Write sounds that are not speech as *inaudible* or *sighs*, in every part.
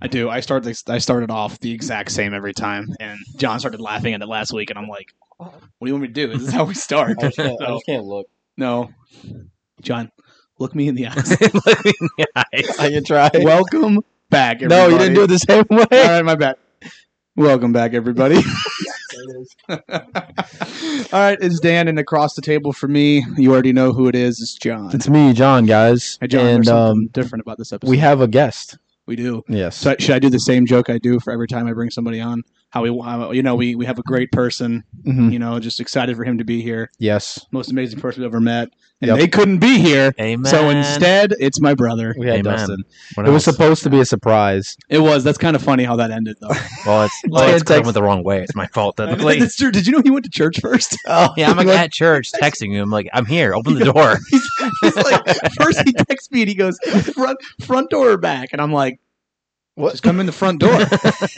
I do. I started. I started off the exact same every time, and John started laughing at it last week, and I'm like, "Oh, "What do you want me to do? This is how we start." *laughs* I just can't, *laughs* So, I just can't look. no, John, look me in the eyes. *laughs* Look me in the eyes. I can try. Welcome back. Everybody. no, you didn't do it the same *laughs* All way. right, my bad. Welcome back, *laughs* everybody. All right, it's Dan, and across the table for me, you already know who it is. It's John. It's me, John, guys, Hey, John, there's and something um, different about this episode. we have a guest. we do. Yes, So should I do the same joke I do for every time I bring somebody on? How we, how, you know, we we have a great person. Mhm. You know, just excited for him to be here. yes, Most amazing person we've ever met, and Yep. they couldn't be here. Amen. So instead, it's my brother. we had Amen. Dustin. What It was else? supposed to be a surprise. It was. That's kind of funny how that ended, though. *laughs* well, it's, well, it's It takes- going the wrong way. It's my *laughs* fault. Technically. *laughs* That's true. Did you know he went to church first? Oh Yeah, I'm like guy. at church texting you. I'm like, I'm here. Open the door. *laughs* *laughs* He's like, first he texts me and he goes, front, front door or back? And I'm like, What? just come in the front door.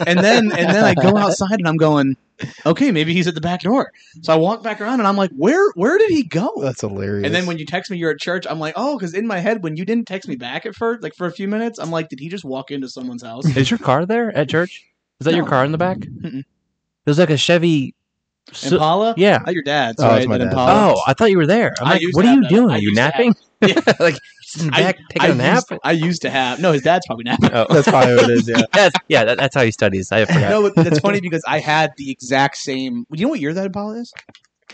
and then and then I go outside and I'm going, okay, maybe he's at the back door. So I walk back around and I'm like, where where did he go? *laughs* That's hilarious. and then when you text me you're at church, I'm like, oh, because in my head when you didn't text me back at first, like for a few minutes, I'm like, did he just walk into someone's house? Is your car there at church? Is that your No. car in the back? Mm-mm. There's like a Chevy. so- Impala? yeah. Not your dad's, Oh, right? it's my That dad's. Impala? Oh, I thought you were there. I'm I like, used what to are you have that. doing? I Are you used to have- *laughs* napping? *laughs* like, he's in the I- back I taking a nap? Used, I used to have. No, his dad's probably napping. Oh. *laughs* that's probably what it *laughs* is. *laughs* Yeah. That's, yeah, that, that's how he studies. *laughs* I forgot. No, but that's funny because I had the exact same. You know what year that Impala is?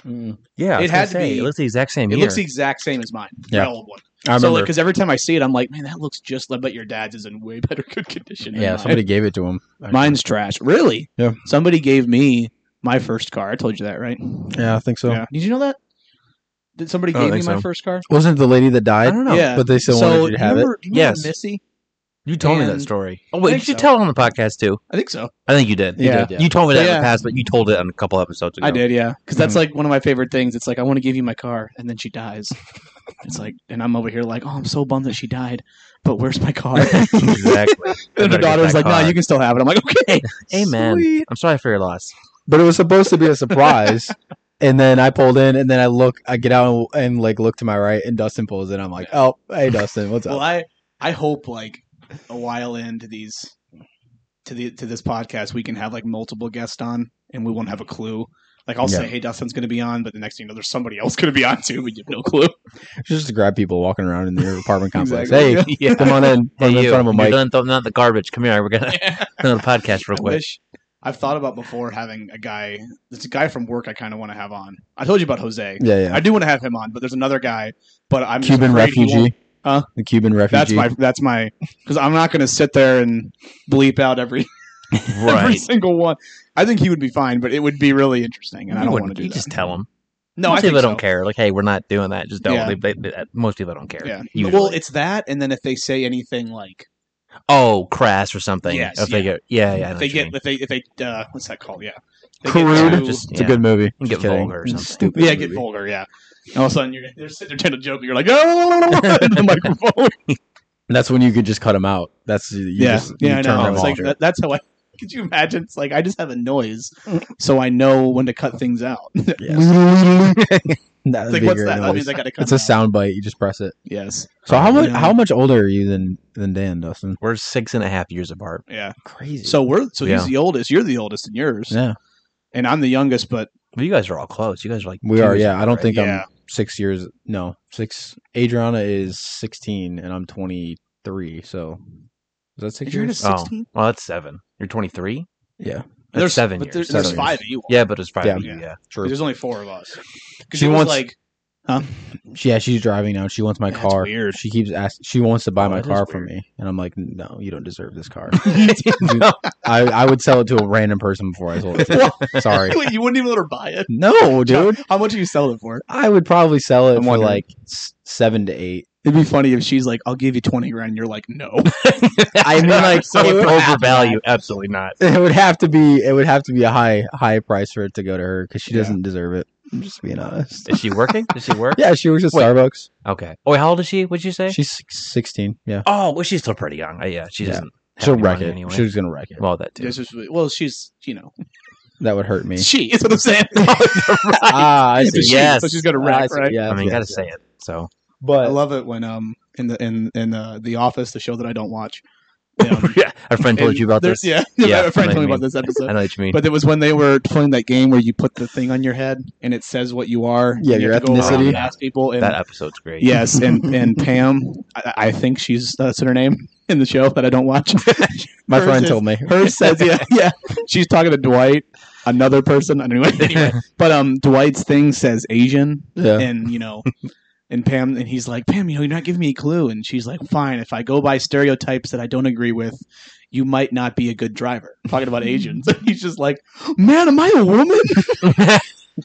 yeah, I It was gonna had to say, be- It looks the exact same. It year. looks the exact same as mine. Yeah. My old one. I remember. So like, because every time I see it, I'm like, man, that looks just. I bet your dad's is in way better good condition. than Yeah, mine." somebody gave it to him. mine's trash. Really? Yeah. Somebody gave me my first car. I told you that, right? Yeah, I think so. Did you know that? Did somebody I don't gave me think my so. first car? Wasn't it the lady that died? I don't know. Yeah. But they still so wanted you do to have it. remember, Do you remember Yes. Missy? You told me and- that story. Oh, wait, think you should so. tell it on the podcast too. I think so. I think you did. Yeah. you, did, you told me that in Yeah. the past, but you told it on a couple episodes ago. I did, yeah. Because that's Mm-hmm. like one of my favorite things. It's like I want to give you my car, and then she dies. it's like, and I'm over here like, oh, I'm so bummed that she died, but where's my *laughs* car? *laughs* *laughs* exactly. And the Better get daughter's that like, "No, car." you can still have it." I'm like, "Okay, *laughs* Amen. sweet." I'm sorry for your loss. But it was supposed to be *laughs* a surprise. and then I pulled in, and then I look, I get out and, and like look to my right, and Dustin pulls in. I'm like, oh, hey, Dustin, *laughs* what's Well, up? I I hope like a while into these to the to this podcast, we can have like multiple guests on, and we won't have a clue. Like I'll say, "Hey, Dustin's going to be on," but the next thing you know, there's somebody else going to be on too, but you have no *laughs* clue. Just to grab people walking around in their *laughs* apartment complex. Exactly. Hey, *laughs* yeah. come on *laughs* in. Hey, I'm in you. front of a You're mic. done throwing out the garbage. Come here. We're gonna *laughs* another podcast real I quick. wish I've thought about before having a guy. There's a guy from work I kind of want to have on. I told you about Jose. Yeah, yeah. I do want to have him on, but there's another guy. But I'm just Cuban afraid he won't- refugee. Huh? The Cuban refugee. That's my that's my because I'm not going to sit there and bleep out every every Right. single one. I think he would be fine, but it would be really interesting, and I You don't wouldn't- want to do you that. just tell them. no, most I think people so. don't care. Like, hey, we're not doing that. Just don't. Yeah. They, they, they- most people don't care. Yeah. usually. Well, it's that, and then if they say anything like oh, crass or something. Yes, if they yeah. get, yeah, yeah. I know if what they you get mean. if they if they uh, what's that called? Yeah, They get Crude. too- Just- It's yeah. a good movie. You Just get kidding. vulgar or It's something. Stupid yeah, get movie. vulgar. Yeah, and all of a sudden you're they're sitting there trying to joke, and you're like, *laughs* oh, in the microphone. And that's when you could just cut them out. That's you yeah, Just, you yeah, I turn know. them It's off. like that, that's how I. *laughs* Could you imagine? It's like I just have a noise, so I know when to cut things out. It's *laughs* That'd *laughs* like be what's that? great That noise. means I got to cut. It's a it out. sound bite. You just press it. Yes. So how much Yeah. how much older are you than than Dan Dustin? *laughs* We're six and a half years apart. Yeah. Crazy. So we're so he's Yeah. the oldest. You're the oldest in yours, yeah, and I'm the youngest. But But you guys are all close. You guys are like we two are. years Yeah, I apart, don't right? think Yeah. I'm six years. No, six. Adriana is sixteen, and I'm twenty three. So is that six you're in a years? Oh. sixteen. Well, that's seven. You're 23. Yeah, That's there's seven But years. there's, Seven there's years. five of you. all. Yeah, but it's probably Yeah. yeah. *laughs* yeah. true. There's only four of us. 'Cause She it was wants- like She, yeah, she's driving now. She wants my That's car. weird. *laughs* She keeps asking. She wants to buy Oh, my that is car from weird. me, and I'm like, no, you don't deserve this car. *laughs* *laughs* No. I I would sell it to a random person before I sold it. What? *laughs* *laughs* Sorry. Wait, you wouldn't even let her buy it, No, dude. How much are you selling it for? I would probably sell it I'm for wondering. like s- seven to *laughs* eight. It'd be funny if she's like, "I'll give you twenty grand," and you're like, "No." I mean, like so it, it's would have, overvalue. Absolutely not. it would *laughs* have to be it would have to be a high high price for it to go to her because she Yeah. doesn't deserve it. I'm just being honest. Is she working? Does she *laughs* work? Yeah, she works at Wait. Starbucks. Okay. Oh, wait, how old is she? What'd you say? She's six- sixteen. Yeah, oh, well, she's still pretty young. Uh, yeah, she Yeah. doesn't. have she'll any wreck money it. Anyway. She's gonna wreck it. well, that too. It's just- well, she's you know That would hurt *laughs* me. she is what I'm saying. ah, I It's a see. she, Yes. so she's got a Ah, I rack, see. right? Yeah, I mean, you yeah, gotta yeah. say it. So I But love it when um in the in in uh, the office, the show that I don't watch, Um, yeah, our *laughs* friend told and you about there's- this. Yeah, *laughs* yeah. Yeah, My friend I know told me what about this episode. I know what you mean. But it was when they were playing that game where you put the thing on your head and it says what you are. Yeah, and you your have to go around ethnicity. and ask people. And that episode's great. *laughs* *laughs* Yes, and and Pam, I, I think she's that's her name *laughs* in the show that I don't watch. My Hers friend is- told me. *laughs* Her says, yeah, *laughs* yeah. She's talking to Dwight, another person. Anyway, anyway. *laughs* but um, Dwight's thing says Asian, Yeah. and you know, and Pam, and he's like, Pam, you know, you're not giving me a clue, and she's like, fine, if I go by stereotypes that I don't agree with, you might not be a good driver. Talking about Asians, *laughs* he's just like, man, am I a woman? *laughs* *laughs*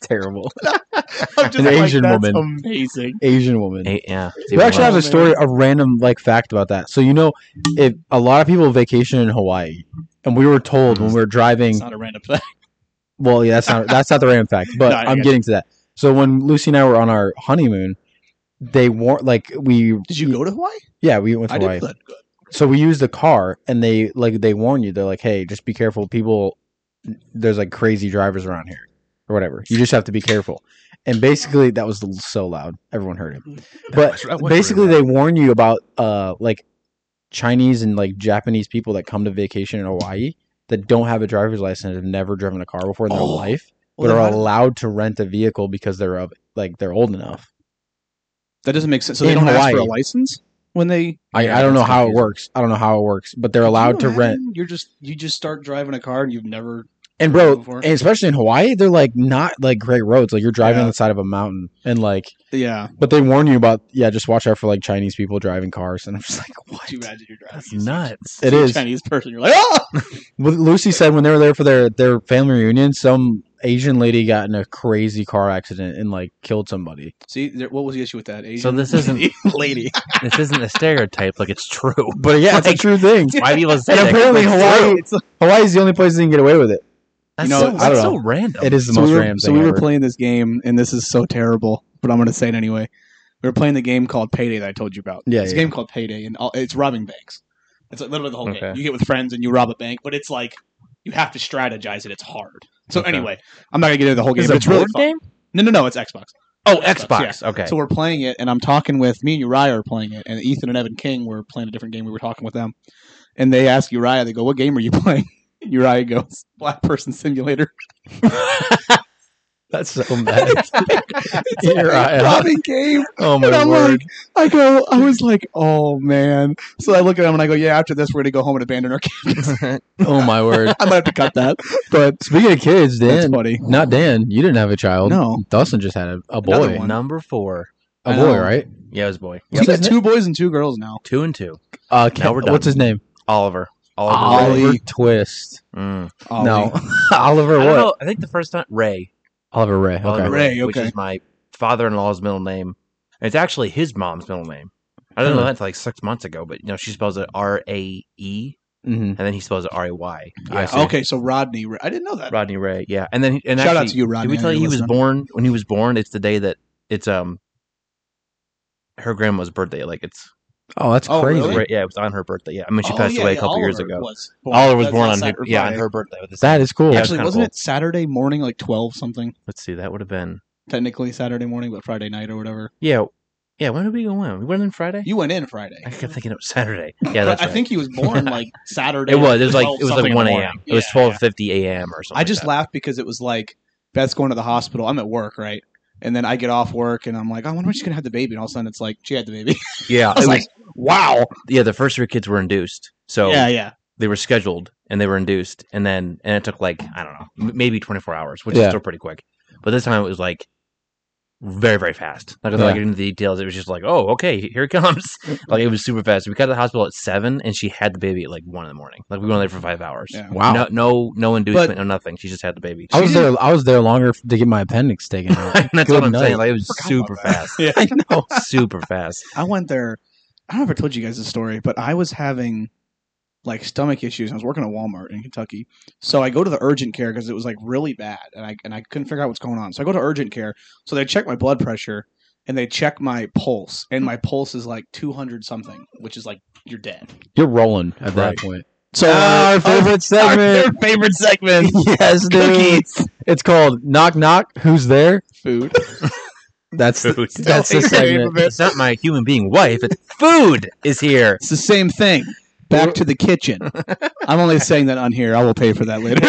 Terrible. I'm just An like, Asian that's woman. amazing. Asian woman. Eh, yeah. We actually have Oh, a man. story, a random like fact about that. So you know, if a lot of people vacation in Hawaii, and we were told when we were driving. It's not a random fact. Well, yeah, that's not that's not the random fact, but *laughs* No, I I'm get getting to that. So when Lucy and I were on our honeymoon, they weren't like we. Did you go to Hawaii? Yeah, we went to I Hawaii. did. Good. So we used the car, and they like they warn you. They're like, "Hey, just be careful. People, there's like crazy drivers around here, or whatever. You just have to be careful." And basically, that was so loud, everyone heard it. Mm-hmm. But was- that was really basically, loud. they warn you about uh like Chinese and like Japanese people that come to vacation in Hawaii that don't have a driver's license, have never driven a car before in their Oh. life, Well, but then are how- allowed to rent a vehicle because they're of like they're old enough. That doesn't make sense. So they In don't ask for a Hawaii. license when they I, Yeah, I don't know that's how it confusing. works. I don't know how it works, but they're Can you allowed to rent. imagine? You're just you just start driving a car and you've never. And bro, before. and especially in Hawaii, they're like not like great roads. Like you're driving Yeah. on the side of a mountain, and like, Yeah, but they warn you about yeah, just watch out for like Chinese people driving cars. And I'm just like, too what? bad that you're driving. That's You see nuts. It a is. Chinese person. You're like, oh, What Lucy said when they were there for their their family reunion, some Asian lady got in a crazy car accident and like killed somebody. see, there, what was the issue with that? Asian this isn't- *laughs* *laughs* lady. This isn't a stereotype. Like it's true. *laughs* But yeah, it's a Like- true thing. Why people say And that? apparently It's Hawaii, *laughs* true. Hawaii is the only place they can get away with it. That's, You know, so, I that's don't so know. random. It is the so most we were, random so thing we were ever. playing this game, and this is so terrible, but I'm going to say it anyway. We were playing the game called Payday that I told you about. Yeah, it's yeah. a game called Payday, and all, it's robbing banks. It's like literally the whole game. Okay. You get with friends and you rob a bank, but it's like you have to strategize it. It's hard. So Okay. anyway, I'm not going to get into the whole game. Is but it a it's really board fun. game? No, no, no. It's Xbox. Oh, Xbox, Xbox. Okay. So we're playing it, and I'm talking with me and Uriah are playing it, and Ethan and Evan King were playing a different game. We were talking with them, and they ask Uriah, they go, "What game are you *laughs* playing?" And Uriah goes, "Black Person Simulator." *laughs* That's *laughs* so mad. Uriah. robbing game. Oh my And I'm word! like, I go, I was like, oh man. So I look at him and I go, yeah. After this, we're gonna go home and abandon our *laughs* kids. *laughs* oh *laughs* my word! I might have to cut that, but Speaking of kids, that's Dan, funny. not Dan, you didn't have a child. No, Dustin just had a, a Another boy. one. Number four. A I boy, know. right? Yeah, it was boy. we What's got his two boys and two girls now. Two and two. Uh, Ken- Now we're done. What's his name? Oliver. Oliver. Ollie. Oliver Twist. Mm. Ollie. No, *laughs* Oliver I what? don't know. I think the first time Ray. Oliver Ray. Okay. Oliver Ray, Which okay. is my father-in-law's middle name. And it's actually his mom's middle name. I didn't know Hmm. that until like six months ago, but you know she spells it R A E, Mm-hmm. and then he spells it R A Y. I see. Okay, so Rodney, I didn't know that. Rodney Ray. Yeah, and then and Shout actually, out to you, Rodney. Did we I know tell you you're he was listening. born when he was born? It's the day that it's um her grandma's birthday. Like it's Oh, that's Oh, crazy. really? right- yeah, it was on her birthday. Yeah, I mean she Oh, passed yeah, away a yeah, couple years Oliver ago. Was Oliver was That's born on on her, Saturday. yeah on her birthday. With this That is cool. Yeah. Actually, kinda wasn't cool. it Saturday morning, like twelve something? let's see, that would have been Technically Saturday morning, but Friday night or whatever. yeah, yeah. When did we go in? We went in Friday. You went in Friday. I kept thinking it *laughs* was Saturday. Yeah, that's But right. I think he was born *laughs* like Saturday. it was. It was like 12 it was something like in the one morning. a.m. It was Yeah, twelve fifty a.m. or something. I just like laughed because it was like Beth's going to the hospital. I'm at work, right? And then I get off work and I'm like, I wonder when she's gonna have the baby. And all of a sudden, it's like she had the baby. *laughs* that. Yeah, I was it like, wow. yeah. The first three kids were induced, so Yeah, yeah. they were scheduled and they were induced, and then and it took like I don't know, m- maybe twenty four hours, which Yeah. is still pretty quick. But this time it was like very very fast. Like without Yeah. getting into the details, it was just like, oh okay, here it *laughs* comes. like it was super fast. We got to the hospital at seven, and she had the baby at like one in the morning. Like we went there for five hours. Yeah. Wow. No, no, no inducement, But- no nothing. She just had the baby. I *laughs* was there. I was there longer to get my appendix taken out. That's Good what I'm night. saying. Like it was Forgot about super that. *laughs* fast. *laughs* Yeah. I know. super fast. I went there. I don't know if I told you guys this story, but I was having like stomach issues. I was working at Walmart in Kentucky, so I go to the urgent care because it was like really bad, and I and I couldn't figure out what's going on. So I go to urgent care. So they check my blood pressure and they check my pulse, and my pulse is like two hundred something, which is like you're dead. You're rolling at Right. that point. So Uh, uh, our favorite segment. favorite segment, yes, dude. It's called Knock Knock. Who's there? food. That's the, Food. that's the Tell me the name segment. of it. *laughs* It's not my human being wife. It's food is here. It's the same thing. back to the kitchen. I'm only saying that on here. I will pay for that *laughs* later.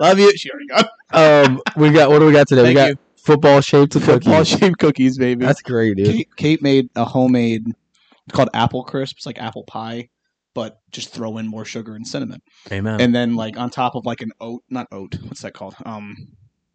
Love you. She already got Um, we got what do we got today? we Thank got you. football shaped cookies. football shaped cookies, baby. That's great, dude. Kate, Kate made a homemade it's called apple crisps, like apple pie, but just throw in more sugar and cinnamon, Amen. and then like on top of like an oat, not oat, what's that called? Um,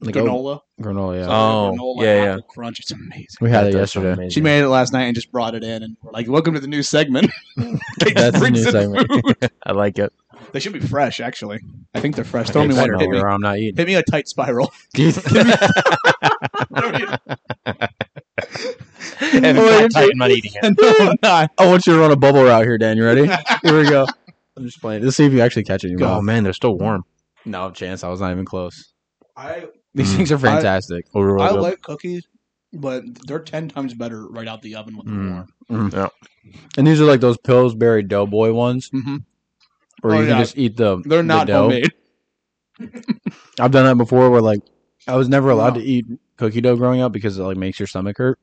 Like oat- granola. granola, yeah. So, like, Oh, granola, yeah, yeah. apple crunch. It's amazing. we had it That does sound yesterday. amazing. She *laughs* made it last night and just brought it in, and we're like, "Welcome to the new segment." *laughs* They just That's a brings new in segment. food. *laughs* I like it. they should be fresh, actually. I think they're fresh. I Throw think me so. one. Hit me, or *laughs* I'm not eating. hit me a tight *laughs* spiral. *laughs* If it's not tight, I'm not eating it. and no, I'm not. I want you to run a bubble route here, Dan. You ready? Here we go. I'm just playing. Let's see if you actually catch it. in your Oh mouth. man, they're still warm. No chance. I was not even close. I These Mm. things are fantastic. Oh, we're I all like cookies, but they're ten times better right out the oven when Hmm. they're Mm. warm. and these are like those Pillsbury Doughboy ones, Mm-hmm. where Oh, you can yeah. just eat the. They're the not dough. homemade. I've done that before, where like I was never allowed No. to eat cookie dough growing up because it like makes your stomach hurt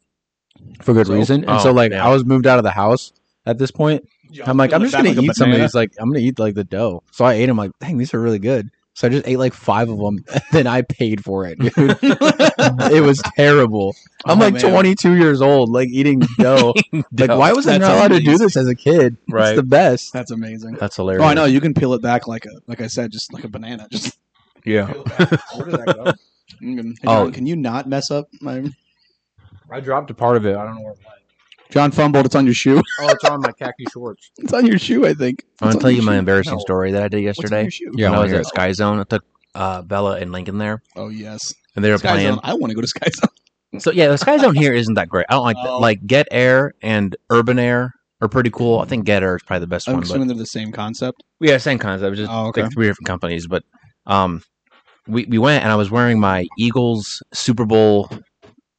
for good So- reason. And Oh, so like yeah. I was moved out of the house at this point. I'm like, I'm just gonna eat some of these. Like I'm gonna eat like the dough. So I ate them. Like, dang, these are really good. So I just ate like five of *laughs* them. then I paid for *laughs* it, dude. it was terrible. I'm Oh, like man. 22 years old, like eating *laughs* dough. like, why was I That's not allowed to do amazing. this as a kid? It's Right. the best. That's amazing. That's hilarious. Oh, I know. You can peel it back like a, like I said, just like a banana. *laughs* Just Yeah. peel it back. Where did that *laughs* go? You can- Hey, Oh. John, can you not mess up my I dropped a part of it. I don't know where it went. John fumbled? It's on your shoe. *laughs* Oh, it's on my khaki shorts. It's on your shoe, I think. I'm It's gonna on tell your you my shoe. embarrassing No. story that I did What's on yesterday. your shoe? Yeah, I when I wanna was hear at Sky Zone, I took uh, Bella and Lincoln there, Oh yes. and they were Sky playing. Zone. I want to go to Sky Zone. So yeah, the Sky Zone here isn't that great. I don't like that. Oh. like Get Air and Urban Air are pretty cool. I think Get Air is probably the best I'm one. But assuming they're the same concept. Yeah, same concept. Just Oh, okay. like three different companies, but um, we we went and I was wearing my Eagles Super Bowl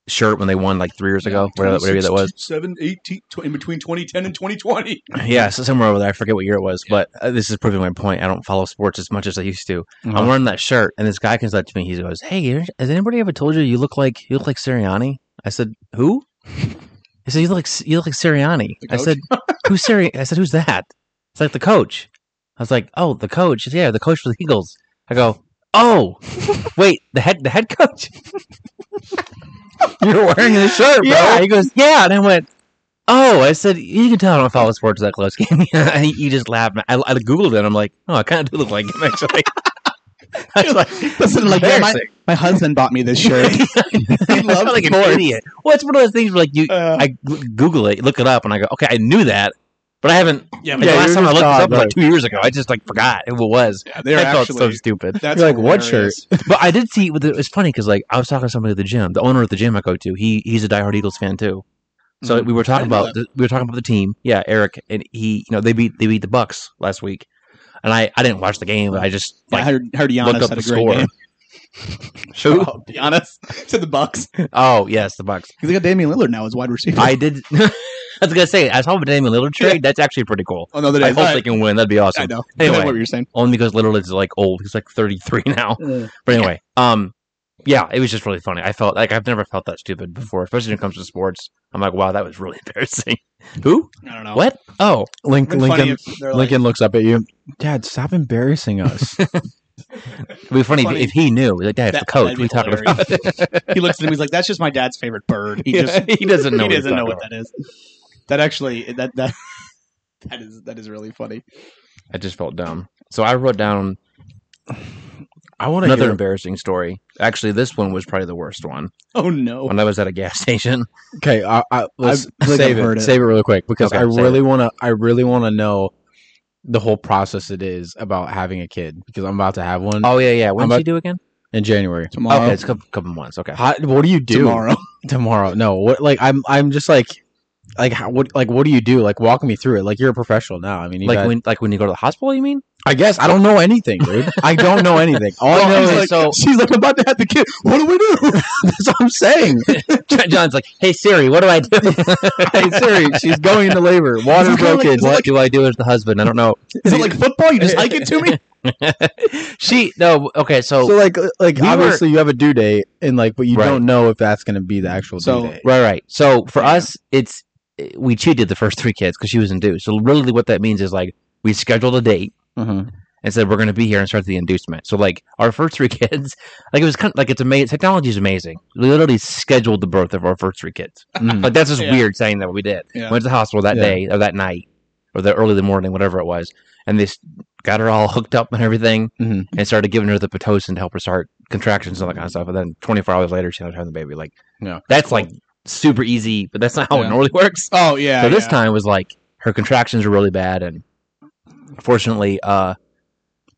shirt when they won like three years ago, whatever, whatever year that was. 7, 18, tw- in between 2010 and *laughs* 2020. Yeah, so somewhere over there. I forget what year it was, but uh, this is proving my point. I don't follow sports as much as I used to. Uh-huh. I'm wearing that shirt, and this guy comes up to me. He goes, "Hey, has anybody ever told you you look like you look like Sirianni?" I said, "Who?" He said, "You look like you look like Sirianni." The I coach? said, "Who's Siri?" I said, "Who's that?" It's like the coach. I was like, "Oh, the coach." He said, Yeah, the coach for the Eagles. I go, *laughs* "Oh, wait, the head the head coach." You're wearing this shirt, bro. yeah, he goes, "Yeah," and I went. Oh, I said you can tell I don't follow sports that close. *laughs* and he, he just laughed. I, I googled it. and I'm like, oh, I kind of do look like him actually. *laughs* I was like, Listen, like, yeah, my, *laughs* embarrassing. my husband bought me this shirt. *laughs* *laughs* I loves felt like sports. an idiot. Well, it's one of those things where like you, Uh, I g- Google it, look it up, and I go, okay, I knew that, but I haven't. yeah, Yeah, Like, the you're last time just I looked this odd, up was like right. two years ago. I just like forgot who it was. yeah, they're I felt actually so stupid. That's You're like, *laughs* what hilarious. But I did see. with the- It's funny because like I was talking to somebody at the gym. The owner of the gym I go to, he he's a diehard Eagles fan too. So Mhm. we were I talking didn't know about the, we were talking about the team. Yeah, Eric and he, you know, they beat they beat the Bucks last week, and I I didn't watch the game, but I just *laughs* Yeah, I like heard, heard Giannis looked up had a the great score. game. *laughs* Who? Oh, Giannis *laughs* to the Bucks. oh yes, the Bucks. Because they got Damian Lillard now as wide receiver. *laughs* I did. *laughs* I was gonna say I saw the Damian Lillard trade. That's actually pretty cool. on the other day, I hope I, they can win. That'd be I awesome. know. Anyway. I know what you're saying. Only because Lillard's like old. He's like 33 *laughs* now. But anyway, um, yeah, it was just really funny. I felt like I've never felt that stupid before, especially when it comes to sports. I'm like, wow, that was really *laughs* embarrassing. Who? I don't know. What? Oh, Link, It'd been funny Lincoln, if they're like- Lincoln looks up at you. Dad, stop embarrassing us. it'd be funny, if- Funny. If, he knew. Like, Dad, it's the That- coach. that'd be We talked hilarious. about *laughs* it. he looks at him. He's like, "That's just my dad's favorite bird." He just Yeah, *laughs* he doesn't *laughs* know. he what he's doesn't know talking what that is. That actually that that *laughs* that is that is really funny. about. I just felt dumb. So I wrote down *sighs* I want another embarrassing story. Actually, this one was probably the worst one. Oh no! When I was at a gas *laughs* station. Okay, I, I, let's I think save I've it, heard it. Save it really quick because Okay, I save really want to. I really want to know the whole process it is about having a kid because I'm about to have one Oh yeah, yeah. When did about- you do again? in January. Tomorrow, Okay, it's a couple, couple months. Okay. How, what do you do tomorrow. *laughs* Tomorrow? No, what? Like I'm. I'm just like, like how, what? Like what do you do? Like walk me through it. Like you're a professional now. I mean, you like got- when like when you go to the hospital, you mean? I guess I don't know anything, dude. I don't know anything. All I Well, know he's is like- so- she's like about to have the kid. What do we do? *laughs* that's what I'm saying. John's like, "Hey Siri, what do *laughs* I do? hey Siri, she's going into labor. Water Is it kinda like- broken. is it what do I do as the husband? I don't *laughs* know." Is it like football? You just hike it to me. *laughs* she no okay, so, so like like we obviously you have a due date and like but you Right. don't know if that's going to be the actual So- due *laughs* date. right, right. So for us, it's we cheated the first three kids because she was not due. So really, what that means is like we scheduled a date Mm-hmm. and said we're going to be here and start the inducement. So like our first three *laughs* kids, like it was kind of like it's amazing. Technology is amazing. We literally scheduled the birth of our first three kids. Like that's just Yeah. weird saying that but we did. Yeah. Went to the hospital that Mm-hmm. Yeah. day or that night or the early in the morning, whatever it was, and they s- got her all *laughs* hooked up and everything, Mhm. and started giving her the pitocin to help her start contractions and all that kind of stuff. And then 24 hours later, she ended up having the baby. Like, Yeah. that's like super easy, but that's not how Yeah. it normally *laughs* works. Oh yeah. so this yeah. time was like her contractions were really bad, and fortunately, uh,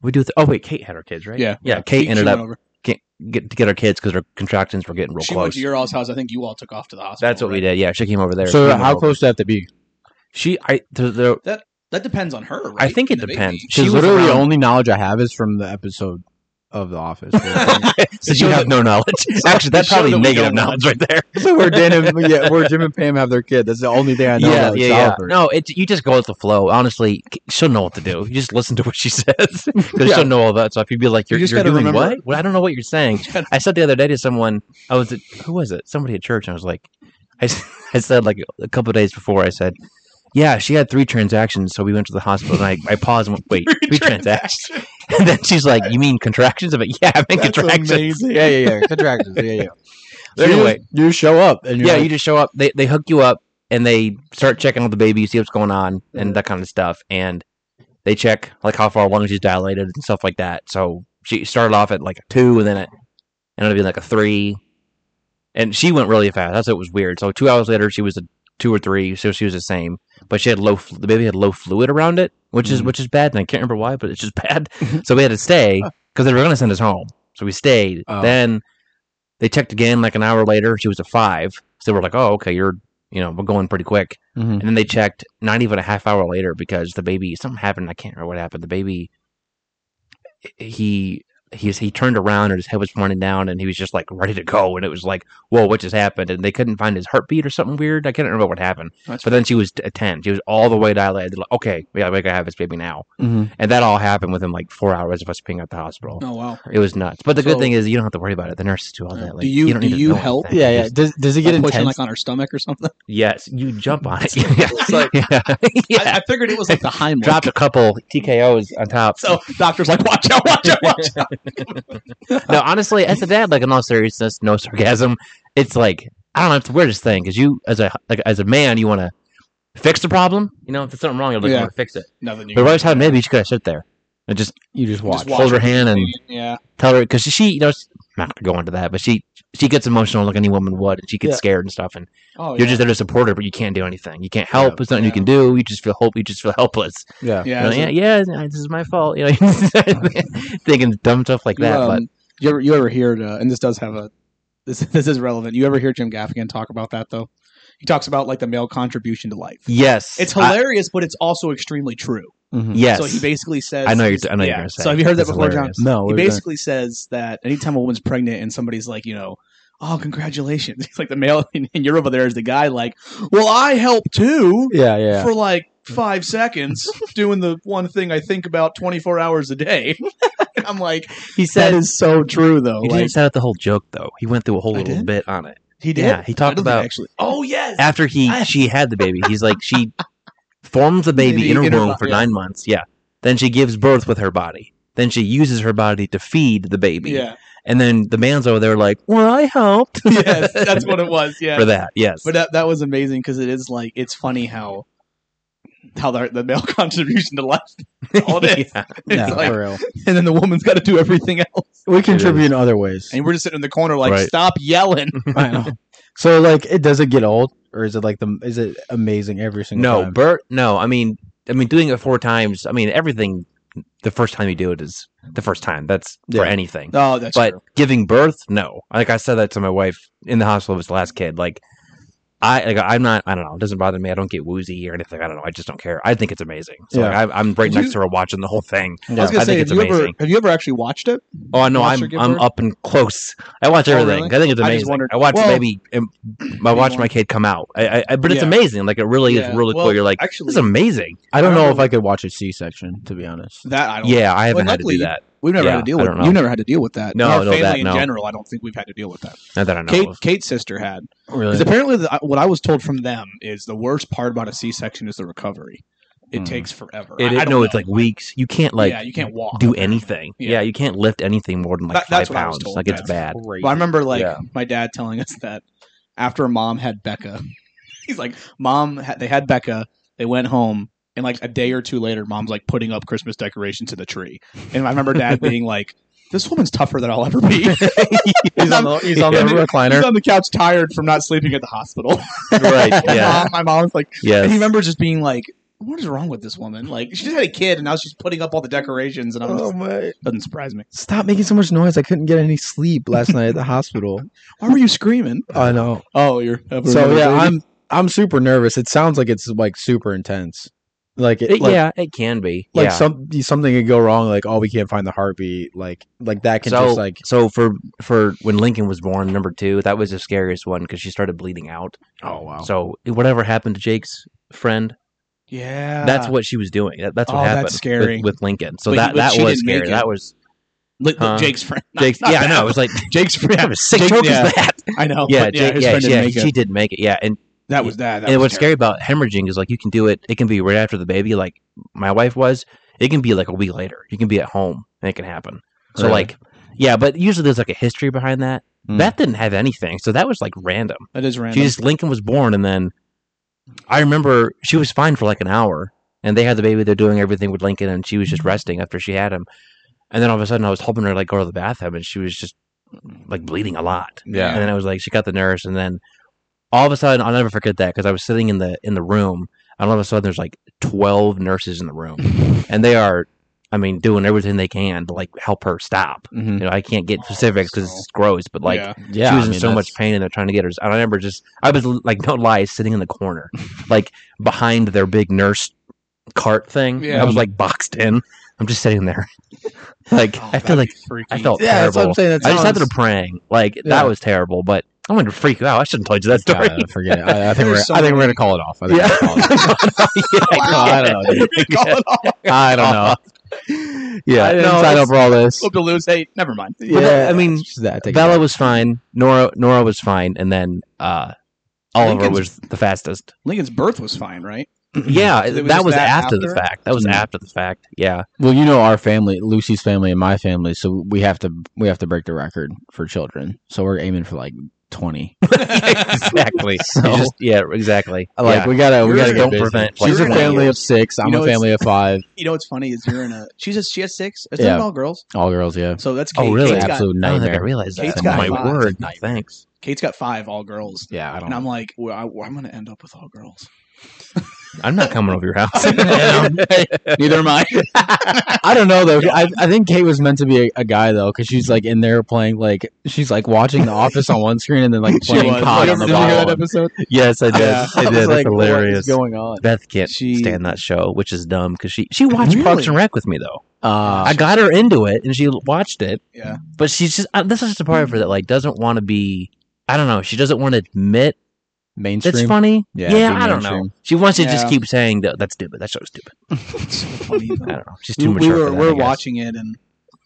we do. Th- oh wait, Kate had her kids, right? Yeah. yeah. Kate She- ended she up went over. get to get her kids because her contractions were getting real She close. went to your all's house. I think you all took off to the hospital. that's what we right? did. Yeah, she came over there. So She went how over. close do I have to be? She, I, the, *laughs* the, That depends on her. Right? I think it The baby. depends. She was literally the around- only knowledge I have is from the episode of The Office. *laughs* so you have no knowledge. Actually, that's Show probably that we negative don't knowledge right *laughs* there. so *laughs* where Dan and yeah, where Jim and Pam have their kid. That's the only thing I know. about childbirth. No, it, you just go with the flow. Honestly, she'll know what to do. You just listen to what she *laughs* says because Yeah. she'll know all that stuff. You'd be like, You "You're, just you are gotta doing remember- what? Well, I don't know what you're saying." I said the other day to someone, I was at, who was it? Somebody at church, and I was like, I, s- *laughs* I said like a couple of days before, I said, "Yeah, she had three transactions, so we went to the hospital." And I, I paused and went, *laughs* "Wait, three, transactions?" *laughs* And then she's like, "You mean contractions?" I'm like, "Yeah, I mean That's contractions." amazing. Yeah, yeah, yeah. Contractions. *laughs* Yeah, yeah. So Anyway, you, just- you show up and you're yeah, like, you just show up. They they hook you up and they start checking out the baby, you see what's going on, and that kind of stuff. And they check like how far along she's dilated and stuff like that. So she started off at like a two, and then it ended up being like a three. And she went really fast. That's what was weird. So two hours later, she was a two or three, so she was the same. But she had low. fl- The baby had low fluid around it, which is Mhm. which is bad, and I can't remember why, but it's just *laughs* *laughs* bad. so we had to stay because they were going to send us home. So we stayed. Oh. Then they checked again like an hour later. She was a five. So we're like, oh, okay, you're, you know, we're going pretty quick. Mhm. And then they checked not even a half hour later because the baby, something happened. I can't remember what happened. The baby, he, he's, he turned around and his head was pointing down and he was just like ready to go. And it was like, whoa, what just happened? And they couldn't find his heartbeat or something weird. I can't remember what happened. That's but then she was a 10. She was all the way dilated. They're Like, okay, yeah, we gotta have this baby now. Mhm. And that all happened within like four hours of us being at the hospital. Oh wow. It was nuts. But the So- good thing is you don't have to worry about it. The nurses do all Yeah. that. Like, Do you- don't do need to you know help? anything. yeah, yeah. Just- Does does it Like get pushing intense? like on her stomach or something. Yes, you jump on it. yeah. *laughs* It's like- *laughs* yeah. I, *laughs* I figured it was *laughs* like the Heimlich. Dropped a couple TKOs on top. So *laughs* doctor's like, watch out, watch out, watch out. no, honestly, as a dad, like in all seriousness, no sarcasm. It's like I don't know. It's the weirdest thing because you, as a like as a man, you want to fix the problem. You know, if there's something wrong, you're like, Yeah. want to fix it. *laughs* Nothing. You But can right do. time, maybe you just gotta sit there and just you just watch. Just watch hold her hand and Yeah. tell her because she, you know, s- I'm not gonna go into that, but she she gets emotional like any woman would, and she gets Yeah. scared and stuff, and Oh, you're yeah. just there to support her, but you can't do anything. You can't help. Yeah. There's nothing you Yeah. can do. You just feel hope. You just feel helpless. Yeah. yeah. You know, it's yeah, like- yeah, yeah, this is my fault. You know, *laughs* thinking dumb stuff like you, that. um, but you ever you ever heard? Uh, and this does have a this *laughs* this is relevant. You ever hear Jim Gaffigan talk about that though? He talks about like the male contribution to life. yes, It's I- hilarious, but it's also extremely true. Mhm. yes, So he basically says, I know you're. I know you're Yeah. gonna say. So have you heard that That's before, John? hilarious. No. He we're done. basically says that anytime a woman's pregnant and somebody's like, you know, oh, congratulations. *laughs* It's like the male in, in Europe over there is the guy like, well, I help too Yeah, yeah. for like five seconds doing the one thing I think about 24 hours a day. *laughs* And I'm like, He that said. is so true, though. He Like, didn't set out the whole joke though. He went through a whole I little did? bit on it. he did. Yeah, he I talked don't think about actually. Oh, yes. after he I- she had the baby. He's like *laughs* she forms the The baby in her inner womb bo- for yeah. nine months. Yeah, then she gives birth with her body. Then she uses her body to feed the baby. yeah. *laughs* And then the man's over there like, well, I helped yes. That's what it was. Yeah. for that. Yes. But that, that was amazing because it is like, it's funny how. How the, the male *laughs* contribution to life, *laughs* all it is. Yeah. *laughs* It's No, like- for real. and then the woman's got to do everything else. We contribute in other ways. And we're just sitting in the corner, like, Right. stop *laughs* yelling. I know. So like, it does it get old, or is it like the is it amazing every single No, time? Bert. No, I mean, I mean, doing it four times. I mean, everything. The first time you do it is the first time. That's for Yeah. anything. *laughs* Oh, that's but true. giving birth, no. Like I said that to my wife in the hospital with the last kid. Like I, like I'm not. I don't know. It doesn't bother me. I don't get woozy or anything. I don't know. I just don't care. I think it's amazing. So Yeah. like, I, I'm right You- next to her watching the whole thing. Yeah. I was gonna I say, have think it's you ever amazing. have you ever actually watched it? Oh no, Watch I'm her give I'm birth? up and close. I watch Oh, everything. really? I think it's I just amazing. I, wondered- watch well- the baby. And I watch my kid come out. I, I, I but it's Yeah. amazing. Like it really is really well, cool. You're like, actually, this is amazing. I don't I know don't if I could watch a C-section to be honest. that I don't. Yeah, I haven't had luckily- to do that. we've never yeah, had to deal I with. don't know. You've never had to deal with that. No, Our no, family that, in no. general, I don't think we've had to deal with that. Not that I know. Kate, of. Kate's sister had Really? because apparently the, what I was told from them is the worst part about a C section is the recovery. It Mm. takes forever. It, I, I I don't know, it's like weeks. You can't like yeah, you can't walk. do anything. Yeah. Yeah. you can't lift anything more than like That- that's five what I was pounds. told. Like it's That's bad. Well, I remember like Yeah. my dad telling us that after mom had Becca, *laughs* he's like, "Mom, ha- they had Becca. They went home, and like a day or two later, mom's like putting up Christmas decorations to the tree." And I remember dad being like, "This woman's tougher than I'll ever be." *laughs* *laughs* He's on the he's on Yeah. the recliner. He's on the couch, tired from not sleeping at the hospital. *laughs* right. *laughs* Yeah. Mom- my mom's like, *laughs* and *laughs* he Yes. remembers just being like. What is wrong with this woman? Like she just had a kid, and now she's putting up all the decorations, and I'm just, my! doesn't surprise me. Oh, Stop making so much noise. I couldn't get any sleep last night at the hospital. Why were you screaming? I know. Oh, you're having So another yeah, baby? I'm I'm super nervous. It sounds like it's like super intense. Like it, It- like, yeah, it can be. like yeah. some something could go wrong. Like oh, we can't find the heartbeat. Like like that can so just like so for for when Lincoln was born, number two, that was the scariest one because she started bleeding out. oh wow. So whatever happened to Jake's friend, yeah. that's what she was doing. That, that's what Uh, Oh, that's happened. with- scary. with, Lincoln. So But- that but she that was didn't make scary. it. That was Like, Huh? Jake's friend. *laughs* Not- Jake's. not yeah, I bad. know. It was like *laughs* Jake's friend. that was sick Jake- joke is yeah. that. I know. yeah, but yeah, Jake, his yeah, friend yeah. didn't make She it. did make it. Yeah, and That was that. that and was what's scary about hemorrhaging is like you can do it. It can be right after the baby, like my wife was. It can be like a week later. You can be at home and it can happen. So Really? like, yeah, but usually there's like a history behind that. Hmm. Mm. That didn't have anything, so that was like random. That is She random. just Lincoln was born, and then I remember she was fine for like an hour, and they had the baby. They're doing everything with Lincoln, and she was just resting after she had him. And then all of a sudden, I was helping her like go to the bathroom, and she was just like bleeding a lot. Yeah. And then I was like, she got the nurse, and then all of a sudden, I'll never forget that because I was sitting in the in the room, and all of a sudden, there's like twelve nurses in the room, *laughs* and they are, I mean, doing everything they can to like help her stop. Mhm. You know, I can't get specifics because it's gross, but like yeah. yeah, she I was in mean, so much that's- pain and they're trying to get her. And I remember just, I was like, no lie, sitting in the corner, like behind their big nurse cart thing. Yeah. I was like boxed in. I'm just sitting there. *laughs* like, Oh, I that'd feel like be freaky. I felt Yeah, that's what I'm terrible. saying. That I just had sounds- to praying. Like, Yeah. that was terrible, but I wanted to freak you out. I shouldn't have told you that story. God, Uh, forget it. I, I *laughs* think we're There's so I think we're many- gonna call it off. I think Yeah. we're gonna call it off. *laughs* Call it off. *laughs* I don't know. dude. I don't *laughs* Yeah, know. Yeah, *laughs* I I know, didn't sign up that's- for all this. Hope to lose. Hey, never mind. But that- I mean, it's just that, take it Bella back. was fine. Nora, Nora was fine. And then, uh, Oliver Lincoln's- was the fastest. *clears throat* Lincoln's birth was fine, right? Yeah, It was that was that after, the after? fact. That was Mm. after the fact. Yeah. Well, you know our family, Lucy's family, and my family, so we have to we have to break the record for children. So we're aiming for like *laughs* twenty. *laughs* exactly. So- You just- yeah, exactly. Like yeah. we gotta we You're gotta in- get don't busy. prevent, like, She's a you're in family a- of six. I'm you know, a it's- family of five. You know what's funny is you're in a. She's a. She has six. It's Yeah. not all girls. All girls, yeah. So that's Kate. Oh, really? Kate's got, Absolute I don't think I nightmare. realized that. Kate's Oh, got my five. word. Thanks. Kate's got five all girls, Yeah, Oh. I don't. and I'm know. like, well, I, am going to end up with all *laughs* girls. I'm not coming over your *laughs* house. um, Neither am I. I don't know though. I, I think Kate was meant to be a, a guy though, because she's like in there playing like she's like watching The Office on one screen and then like She playing was. COD Did on the you ever hear that bottom. episode? *laughs* yes, I did. Yeah. I was did. That's like, what is hilarious. going on? Beth can't She- stand that show, which is dumb because she she watched Parks Really? and Rec with me though. Uh, I got her into it and she watched it, Yeah. but she's just uh, this is just a part of her that like doesn't want to be. I don't know. She doesn't want to admit mainstream. that's funny. Yeah, Yeah, being I don't know. mainstream. She wants to just Yeah. keep saying that that's stupid. That show's stupid. It's so funny. I though. don't know. She's we, too we mature. were for that, I we're guess. watching it and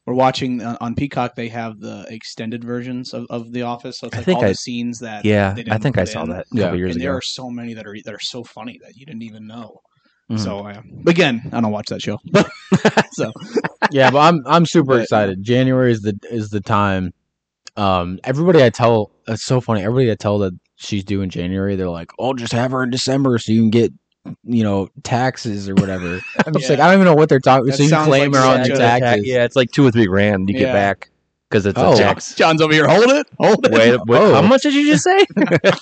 we're watching uh, on Peacock. They have the extended versions of, of The Office, so it's I like think all I- the scenes that Yeah, they didn't I think I put saw in. that a Yeah. couple years and there ago. are so many that are that are so funny that you didn't even know. Mm-hmm. Mhm. So I, again, I don't watch that show. so yeah, but I'm I'm super But- excited. January is the is the time. Um, everybody I tell it's so funny. Everybody I tell that she's due in January, they're like, "Oh, just have her in December so you can get." You know taxes *laughs* or whatever. I'm just Yeah. like I don't even know what they're talking. That So you sounds claim like her on such your a- taxes. Yeah, it's like two or three grand you Yeah. get back because it's Oh. a tax. John's over here. Hold it, hold it. Wait, wait, Oh. how much did you *laughs* just say?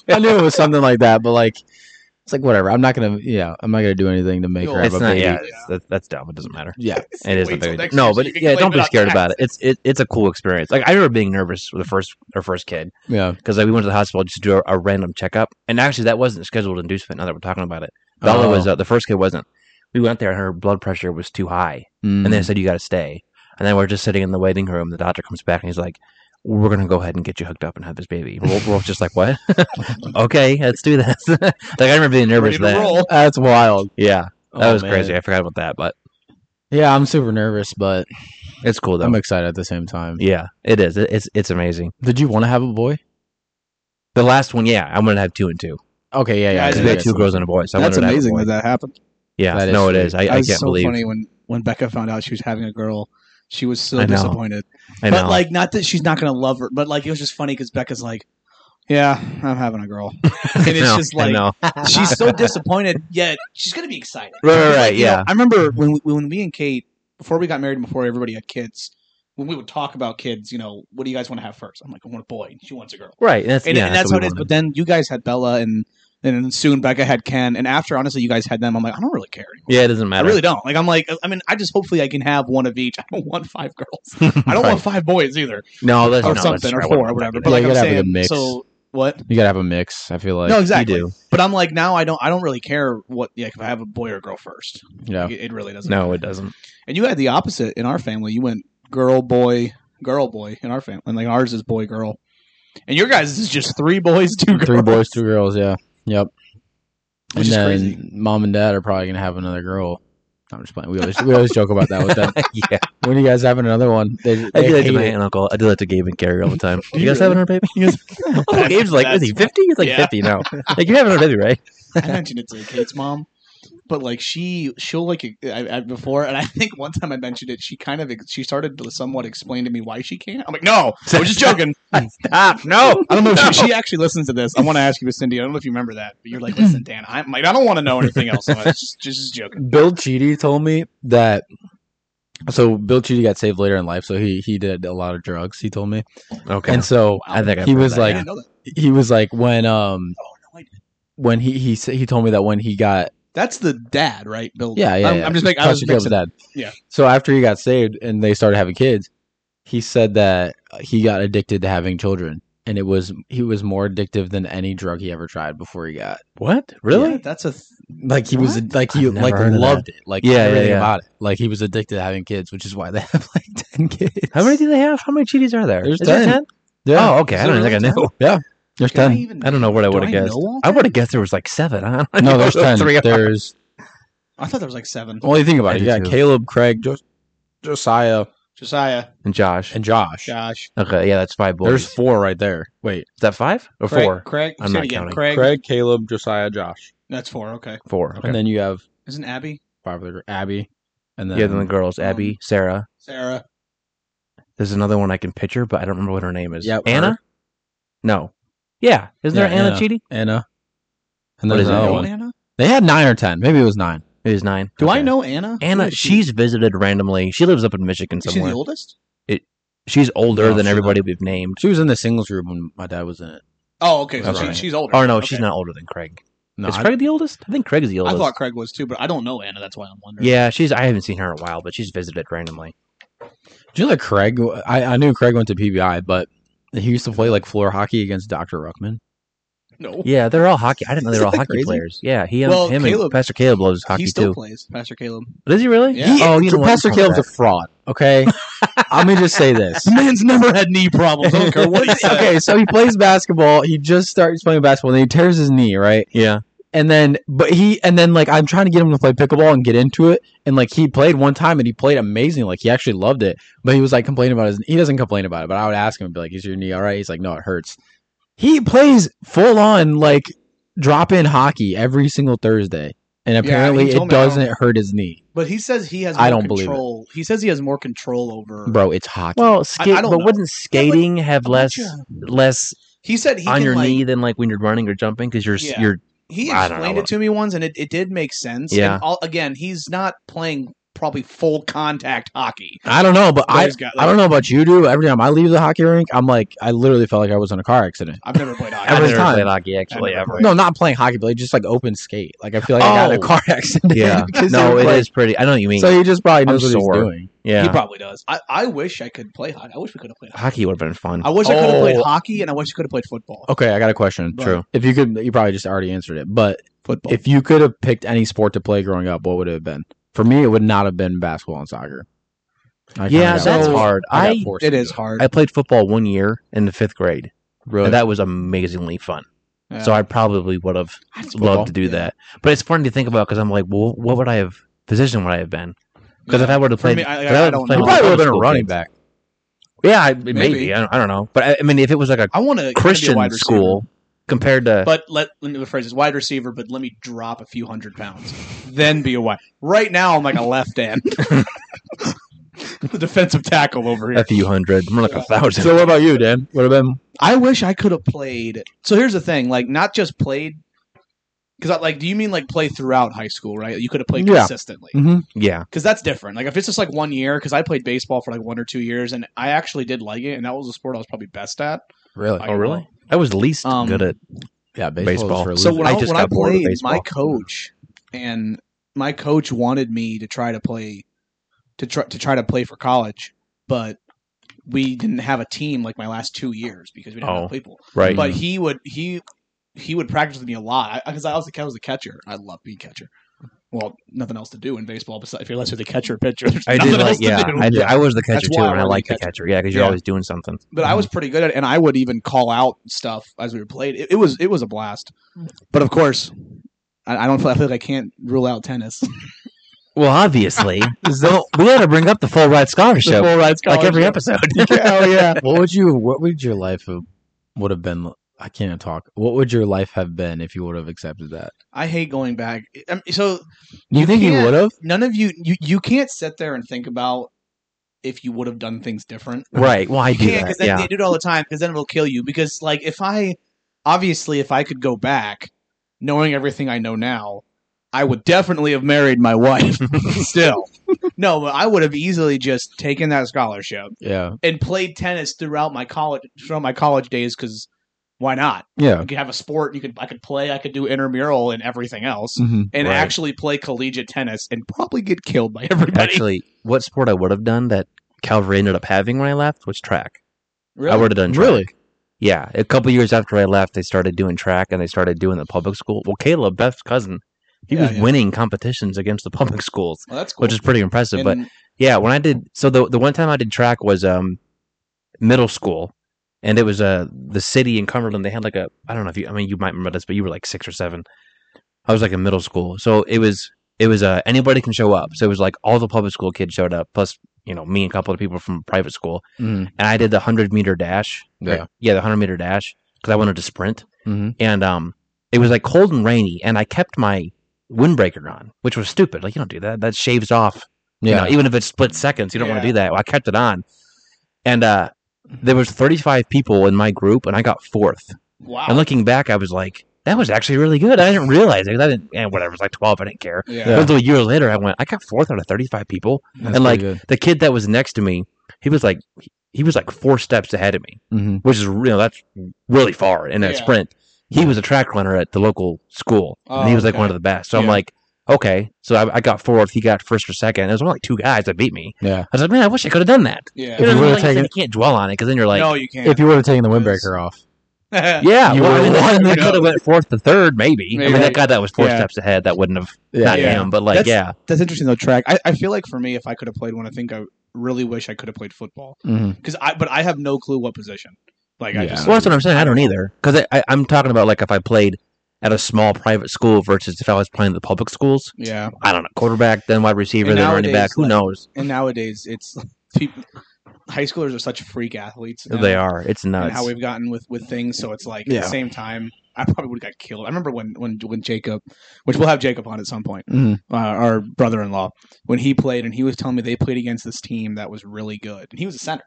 I knew it was something like that, but like it's like whatever. I'm not gonna. Yeah, I'm not gonna do anything to make her have it's a not. baby. Yeah, Yeah, it's- that, that's dumb. It doesn't matter. It *laughs* Wait is a till big next no, year so but you can yeah, claim don't it be on scared about tax. it. It's it, it's a cool experience. Like I remember being nervous with the first our first kid because like, we went to the hospital just to do a, a random checkup, and actually that wasn't scheduled inducement. Now that we're talking about it, Bella Oh. was uh, the first kid wasn't. We went there and her blood pressure was too high, Mm. Mm-hmm. and they said you got to stay. And then we're just sitting in the waiting room. The doctor comes back and he's like, "We're gonna go ahead and get you hooked up and have this baby." We're, we're just like, "What? *laughs* okay, let's do this." *laughs* like I remember being nervous Ready to then. roll. that's wild. Yeah, that Oh, was man. crazy. I forgot about that, but Yeah, I'm super nervous, but it's cool though. I'm excited at the same time. yeah, it is. It, it's it's amazing. Did you want to have a boy? The last one, yeah, I'm gonna have two and two. Okay, yeah, yeah. Yeah, I it's Because did we been had get two some- girls and a boy. So I That's wanted to have a amazing boy. that that happened. Yeah, That is no, sweet. it is. I, I That can't was so believe. funny when when Becca found out she was having a girl. She was so I know. disappointed. I know. But like, not that she's not gonna love her, but like it was just funny because Becca's like, "Yeah, I'm having a *laughs* girl," and *laughs* I it's know, just I like know. *laughs* she's so disappointed, yet she's gonna be excited. Right, right, right, You know, yeah. I remember when we, when we and Kate before we got married, and before everybody had kids, when we would talk about kids, you know, what do you guys want to have first? I'm like, I want a boy. and She wants a girl, *laughs* Right, that's and, yeah, and that's how it what we is. But wanted. then you guys had Bella, and and then soon Becca had Ken, and after honestly, you guys had them. I'm like, I don't really care. Anymore. yeah, it doesn't I matter. really don't. Like, I'm like, I mean, I just hopefully I can have one of each. *laughs* I don't want five girls. I don't want five boys either, no, that's or no, something, that's or right. four, or whatever. But Yeah, like you I'm gotta have it a saying, mix. so what? You gotta have a mix. I feel like. no, You exactly. do. But I'm like, now I don't, I don't really care what, like, if I have a boy or girl first. Yeah. *laughs* Like, it, it really doesn't. No, it doesn't. And you had the opposite in our family. You went girl, boy, girl, boy in our family. And like ours is boy, girl. And your guys is just three boys, two girls. Three boys, two girls. Yeah. Yep. Which and is then crazy. mom and dad are probably gonna have another girl. I'm just playing. We always we always joke about that with *laughs* them. yeah, When are you guys having another one? They, I they do that to hate my it. aunt and uncle. I do that to Gabe and Gary all the time. Do you you guys having her baby? *laughs* Oh, Gabe's like, is That's- he fifty? He's like Yeah. fifty now. Like you're having her baby, right? I mentioned it to Kate's mom, but like she, she'll like e, I, I, before, and I think one time I mentioned it. She kind of she started to somewhat explain to me why she can't. I'm like, no, I was just *laughs* joking. Stop. No, I don't know. if No. She, she actually listens to this. I want to ask you, Cindy. I don't know if you remember that, but you're like, listen, Dan. I'm like, I don't want to know anything else. I'm just, just, just joking. Bill Cheedy told me that. So Bill Cheedy got saved later in life, so he he did a lot of drugs. He told me, Okay. and so I think I've he heard was that, I like didn't know that. he was like when um Oh, no, I when he he sa- he told me that when he got That's the dad, right? Bill. Yeah, yeah, I'm, yeah. I'm just making. I was touched with mixing. dad, Yeah. So after he got saved and they started having kids, he said that he got addicted to having children, and it was he was more addictive than any drug he ever tried before he got. what? Yeah, Really? that's a. Th- Like he was What? like he I've never like heard of loved it, like Yeah, yeah, everything yeah. about it. Like he was addicted to having kids, which is why they *laughs* have like ten kids. How many do they have? How many cheaties are there? There's Is there 10. Yeah. Oh, okay. I Is don't there think I really knew. there's can I *laughs* ten. even- I don't know what I do would have guessed. know all I that? would have guessed there was like seven. *laughs* I don't No, know. there's ten. Three There's I thought there was like seven. well, you think about it. You I got do too. Caleb, Craig, Jos- Josiah, Josiah, and Josh. and Josh. Josh, Okay, yeah, that's five boys. There's four right there. Wait, Is that five or Craig, four? Craig, I'm say not it again. counting. Craig. Craig, Caleb, Josiah, Josh, That's four. Okay. Four. Okay. and then you have Isn't Abby, five other Abby, and then um, yeah, then the girls, Abby, Sarah. Sarah, There's another one I can picture, but I don't remember what her name is. Yeah, Anna? her. No. Yeah. Isn't there Yeah, Anna, Anna. Cheaty? Anna, and What there's is it? another know one. Anna? They had nine or ten, maybe it was nine. It is nine. Do I Okay. know Anna? Who Anna, is she? she's visited randomly. She lives up in Michigan Is she somewhere. the oldest? she's No, older than she's everybody we've named. She was in the singles room when my dad was in it. Oh, okay. So That's she, right. she's older. Oh, no, Okay. she's not older than Craig. No, is I- Craig the oldest? I think Craig is the I oldest. thought Craig was too, but I don't know Anna. That's why I'm wondering. yeah, she's. I haven't seen her in a while, but she's visited randomly. do you know that Craig? I, I knew Craig went to PBI, but he used to play like floor hockey against Dr. Ruckman. No. Yeah, they're all hockey. I didn't know they were all Isn't that hockey crazy? players. Yeah, he and Well, him and Caleb- Pastor Caleb loves hockey he still too. plays, Pastor *laughs* Caleb. Does he really? Yeah. Oh, you know what? Pastor Fuck Caleb's a that. fraud. Okay, *laughs* let me just say this. man's never had knee problems. I don't care what he said. okay, so he plays basketball. He just starts playing basketball, and then he tears his knee, right? Yeah. and then but he and then like I'm trying to get him to play pickleball and get into it and like he played one time and he played amazing like he actually loved it but he was like complaining about his he doesn't complain about it but I would ask him and be like is your knee all right he's like no it hurts he plays full on like drop in hockey every single Thursday and he apparently told me, it I don't- doesn't hurt his knee *laughs* But he says he has. More I don't believe it. control. He says he has more control over. bro it's hockey Well, skate, I don't but know. wouldn't skating have I'm less sure. less He said he on can, your like, knee than like when you're running or jumping because you're s Yeah. you're He I don't explained know. it to me once, and it, it did make sense. Yeah. And all, again, he's not playing probably full contact hockey. I don't know but I Those guys- I don't know about you dude every time I leave the hockey rink I'm like I literally felt like I was in a car accident I've never played hockey. Every I've never time. played hockey actually I've never ever. no not playing hockey but like, just like open skate like I feel like I got in a Oh. car *laughs* accident Yeah, because they no, were it playing is pretty. I know what you mean. So he just probably I'm knows what sore. he's doing. He yeah, probably does. I, I wish I could play hockey. I wish we could have played hockey. hockey would have been fun. I wish I could have played Oh. hockey, and I wish I could have played football. Okay, I got a question. But- True. If you could, you probably just already answered it. But Football. if you could have picked any sport to play growing up, what would it have been? For me, it would not have been basketball and soccer. I kinda Yeah, got that's forced- hard. I, I- got forced it into is hard. I played football one year in the fifth grade, Really? and that was amazingly fun. Yeah. So I probably would have That's football. loved to do Yeah. that. But it's funny to think about because I'm like, well, what would I have position would I have been? Because if Yeah. I would have For played, me, I- if I would've don't played know. you I probably would have been a school running kids- back. Yeah, I, maybe, Maybe. I, don't, I don't know, but I, I mean, if it was like a I want to Christian school, compared to But let, let me rephrase this wide receiver, but let me drop a few hundred pounds. Then be a wide. Right now, I'm like a left *laughs* end. the defensive tackle over here. a few hundred, more like a thousand. So what about you, Dan? What about I wish I could have played. So here's the thing like, not just played. Because, like, do you mean like play throughout high school, right? You could have played Yeah. consistently. yeah, because that's different. Like if it's just like one year, because I played baseball for like one or two years, and I actually did like it, and that was the sport I was probably best at. really? I Oh, really? I was least Um, good at. Yeah, Baseball. is So for when I I, just when I got bored of played, my baseball. coach and my coach wanted me to try to play to try to try to play for college, but we didn't have a team like my last two years because we didn't Oh. have people. Right. But he would he he would practice with me a lot because I, was the I was the catcher. I love being catcher. Well, nothing else to do in baseball besides if you're unless you're the catcher or pitcher. There's I nothing *laughs* did else like to yeah. do. I, did, I was the catcher too, why I and I wanted to liked be the catcher. Yeah, because you're Yeah. always doing something. but I was pretty good at it, and I would even call out stuff as we were played. It, it was it was a blast. But of course, I, I don't feel, I feel like I can't rule out tennis. Well, *laughs* obviously, so we got to bring up the full ride scholarship, The full ride like every scholarship. episode. *laughs* oh yeah. What would you? What would your life have, would have been? I can't talk. What would your life have been if you would have accepted that? I hate going back. Um, so You, You think you can't- would have? none of you you you can't sit there and think about if you would have done things different. right. Well, I You do can't that. because Yeah. they do it all the time because then it'll kill you. Because like if I obviously if I could go back, knowing everything I know now, I would definitely have married my *laughs* wife. Still, no, but I would have easily just taken that scholarship. Yeah. and played tennis throughout my college throughout my college days because why not? Yeah. I could have a sport. You could I could play. I could do intramural and everything else, Mm-hmm. and Mm, Right. actually play collegiate tennis and probably get killed by everybody. Actually, what sport I would have done that Calvary ended up having when I left was track. really? I would have done track. Really? Yeah, a couple years after I left, they started doing track and they started doing the public school. Well, Caleb, Beth's cousin, he Yeah, was yeah. winning competitions against the public schools, Well, that's cool. which is pretty impressive. And- but yeah, when I did, so the the one time I did track was um middle school, and it was uh the city in Cumberland. They had like a I don't know if you I mean you might remember this, but you were like six or seven. I was like in middle school, so it was it was uh anybody can show up. So it was like all the public school kids showed up, plus you know me and a couple of people from private school, Mhm. and I did the hundred meter dash. Yeah. yeah, the hundred meter dash because I wanted to sprint, Mhm. and um it was like cold and rainy, and I kept my windbreaker on, which was stupid. Like you don't do that; that shaves off you know, even if it's split seconds, you don't want to Yeah. do that. Well, I kept it on, and uh, there was 35 people in my group, and I got fourth. wow. And looking back, I was like, that was actually really good. I didn't realize it. I didn't, and whatever. It was like 12. I didn't care. yeah. Yeah. Until a year later, I went, I got fourth out of 35 people. That's and, like, pretty The kid that was next to me, he was like, he was like four steps ahead of me, good. Mhm. which is real. That's really far in that Yeah. sprint. He was a track runner at the local school, and Oh, he was like okay. one of the best. So I'm Yeah. like, okay. So I, I got fourth. He got first or second. There was only like two guys that beat me. Yeah. I was like, man, I wish I could have done that. Yeah. If You, know, you would've like I said, taken- you can't dwell on it because then you're like, no, you can't. If you would have taken the windbreaker off, *laughs* *laughs* yeah, You well, I would've mean, won. I mean, I No. could have went fourth to third, maybe. I mean, Maybe. that guy that was four Yeah. steps ahead, that wouldn't have yeah, not Yeah. him, but like, That's- yeah, that's interesting though. Track. I, I feel like for me, if I could have played one, I think I really wish I could have played football Mhm. because I. But I have no clue what position. Like I Yeah. just. Mm-hmm. well, that's what I'm saying. I don't either because I, I, I'm talking about like if I played at a small private school versus if I was playing the public schools. yeah. I don't know, quarterback, then wide receiver, And then running back. nowadays, Who like- knows? And nowadays, it's *laughs* people, high schoolers are such freak athletes. now. They are. It's and how nuts. we've gotten with with things. So it's like at Yeah. the same time, I probably would have got killed. I remember when when when Jacob, which we'll have Jacob on at some point, Mhm. Mm-hmm. uh, our brother in law, when he played, and he was telling me they played against this team that was really good, and he was a center.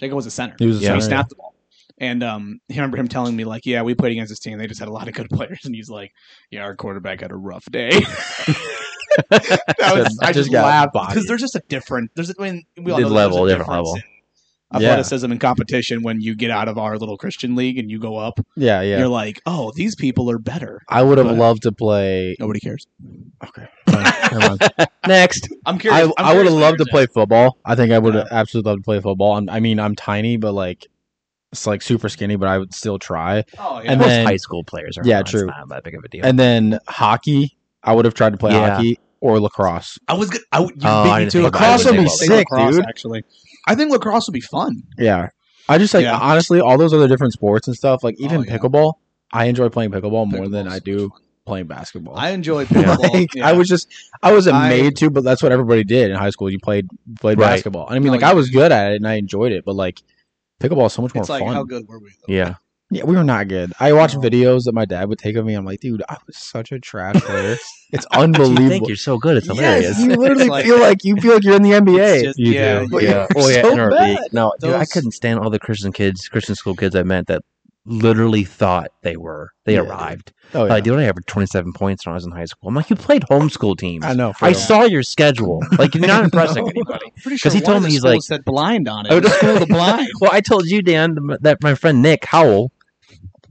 Jacob was a center. He was a Yeah. So he center, yeah. snapped the ball. And um, I remember him telling me like, "Yeah, we played against this team. They just had a lot of good *laughs* players." And he's like, "Yeah, our quarterback had a rough day." *laughs* that was, I Just just got laughed bodied. because there's just a different. There's, I mean, we all The know there's level, a different difference level. in Athleticism and competition. When you get out of our little Christian league and you go up, Yeah, yeah. you're like, "Oh, these people are better." I would have But- loved to play. Nobody cares. Okay. *laughs* *laughs* Never mind. Next, I'm curious. I, I'm I would curious have what loved to yours play football. I think I would have Yeah. absolutely loved to play football. I'm, I mean, I'm tiny, but like, it's like super skinny, but I would still try. is. Oh, yeah. and most then- high school players are. Yeah, not- it's true. Not that big of a deal. And then hockey, I would have tried to play Yeah. hockey or lacrosse. I was. Good. I would. You Oh, beat I me didn't to think it. about Lacrosse would be I think sick, lacrosse, dude. Actually, I think lacrosse would be fun. Yeah. I just like, Yeah. honestly, all those other different sports and stuff, like even Oh, yeah. pickleball, I enjoy playing pickleball more than Pickleball's I so do much fun. playing basketball. I enjoy pickleball. *laughs* Like, yeah. I was just, I wasn't I- made to, but that's what everybody did in high school. You played played Right. basketball, and I mean, No, like yeah. I was good at it and I enjoyed it, but like pickleball is so much more It's like fun. *laughs* how good were we? Though? yeah, Yeah, we were not good. I watched No. videos that my dad would take of me. I'm like, dude, I was such a trash *laughs* player. It's unbelievable. You think you're so good? It's hilarious. Yes, *laughs* you literally It's like- feel like you feel like you're in the *laughs* NBA. It's just- You yeah, do, but yeah. you're Oh *laughs* yeah, so in our bad. league. No, dude, I Those- couldn't stand all the Christian kids, Christian school kids I met that literally thought they were. They Yeah, dude. arrived. oh, yeah. Like, dude, I averaged 27 points when I was in high school. I'm like, you played homeschool teams. I I, know. I I real. saw your schedule. Like, you're *laughs* not impressing anybody. Pretty 'Cause he one told of me the he's schools like- said blind on it. Oh, It was school of the blind. *laughs* Well, I told you, Dan, th- that my friend Nick Howell.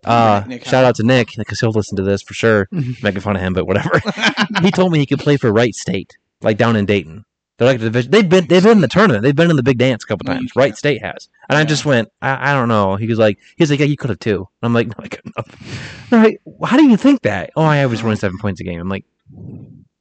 Uh, Nick shout out to Nick because he'll listen to this for *laughs* sure. Making fun of him, but whatever. out. he told me he could play for Wright State, like down in Dayton. They're like a division. They've been they've been in the tournament. They've been in the big dance a couple Mm. Mm-hmm. times. Wright State has, and I Yeah. just went. I, I don't know. He was like, he's like, yeah, you could have too. I'm like, *laughs* no, I couldn't. have. They're like, how do you think that? Oh, I averaged 27 points a game. I'm like,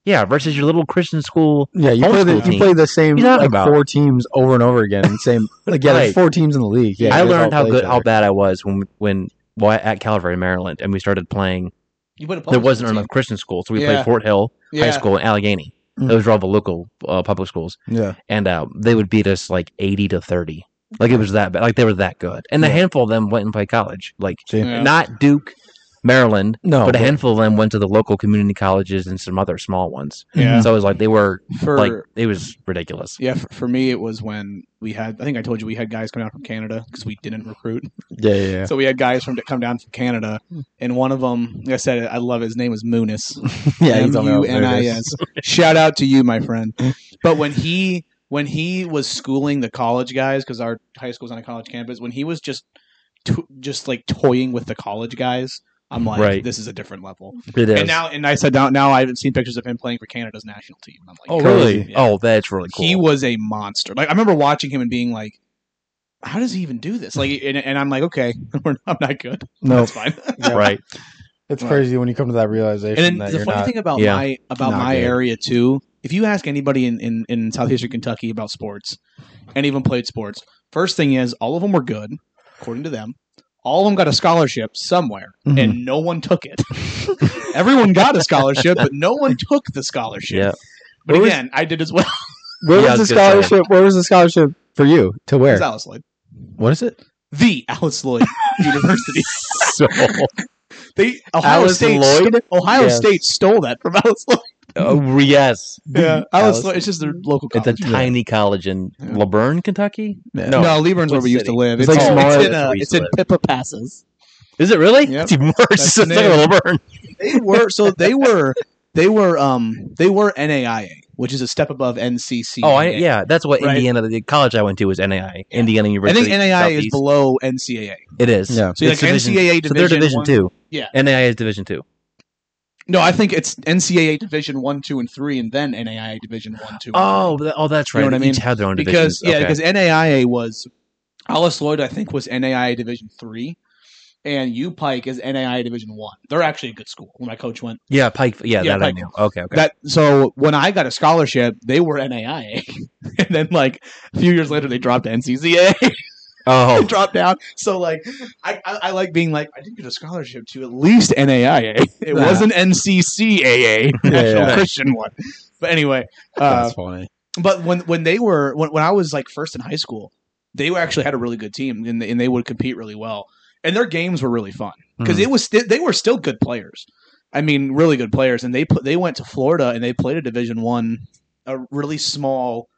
yeah, versus your little Christian school. yeah, you play, the, homeschool you play the same You're not like, about- four teams over and over again. *laughs* and Same like yeah, Right. there's four teams in the league. Yeah, I you guys all learned how play each good, how other. bad I was when when well, at Calvary, Maryland, and we started playing. You Oh, would've there posted wasn't it. enough Christian schools, so we Yeah. played Fort Hill yeah. High School in Allegheny. Mm. Those were all the local uh, public schools. Yeah, and uh, they would beat us like 80 to 30 like it was that bad like they were that good and a Yeah. handful of them went and played college like See? Yeah. not duke maryland no, Oh, but a but- *laughs* handful of them went to the local community colleges and some other small ones Yeah. so it was like they were For like it was ridiculous yeah, for, for me it was when we had. I think I told you we had guys come out from Canada because we didn't recruit. yeah, yeah, yeah. So we had guys from come down from Canada, and one of them, like I said, I love it, his name was Moonis. yeah. you M told me how U bad N it I is. S. *laughs* Shout out to you, my *laughs* friend. But when he when he was schooling the college guys, because our high school's on a college campus, when he was just to, just like toying with the college guys, I'm like, Right. this is a different level. it is And now, and I said now, now I've seen pictures of him playing for Canada's national team. and I'm like, oh God. really Yeah. oh that's really cool he was a monster. Like I remember watching him and being like. How does he even do this? Like, and, and I'm like, okay, *laughs* we're not, I'm not good. No, That's fine. *laughs* yeah, right It's crazy when you come to that And realization then that the you're funny not. thing about yeah, my about not my good. area too, if you ask anybody in, in, in southeastern Kentucky about sports, and even played sports, first thing is all of them were good, according to them. All of them got a scholarship somewhere, Mhm. and no one took it. *laughs* Everyone got a scholarship, but no one took the scholarship. *laughs* Yeah. But Where was- again, I did as well Where Yeah, I was was the gonna say. scholarship? Where was the scholarship for you? To where? as Alice Lloyd. What is it? The Alice *laughs* Lloyd University. so They Ohio Alice State Lloyd? sto- Ohio Yes. State stole that from Alice Lloyd. oh, yes Yeah, Alice, Alice- Lloyd. It's just their local it's college. a tiny college in Yeah. Laverne, Kentucky. Yeah. No, Leeburn's where What we used to city? live. It's It's, like in- smaller it's than in, uh, where we it's used in to Pippa Passes. Is it really? Yep. It's even worse. That's It's the like name. Laverne. They were so they were they were um they were NAIA, which is a step above NCC. Oh, I, yeah, that's what Right. Indiana. The college I went to was NAI, Yeah. Indiana I University. think NAIA is Southeast. below NCAA. It is. Yeah. So like It's division- NCAA So division. they're Division one- Two. Yeah. NAI is Division Two. No, I think it's NCAA Division One, Two, and Three, and then NAIA Division One, Two. and Oh, th- oh, that's You right. know what I They each mean? had their own three. because divisions. yeah, Okay. because NAIA was Alice Lloyd, I think, was NAIA Division Three, and U Pike is NAIA Division One. They're actually a good school. When my coach went. yeah, Pike. Yeah, Yeah, that I Pike. knew. Okay, okay. That so when I got a scholarship, they were NAIA, *laughs* and then like a few years later, they dropped to *laughs* NCCA, oh, dropped down. So like, I, I, I like being like I did get a scholarship to at least NAIA. It Yeah. wasn't NCCAA, National *laughs* yeah. Christian one. But anyway, uh, That's funny. but when when they were when, when I was like first in high school, they were- actually had a really good team, and they, and they would compete really well, and their games were really fun because Mm-hmm. it was sti- they were still good players. I mean, really good players, and they put they went to Florida and they played a Division One, a really small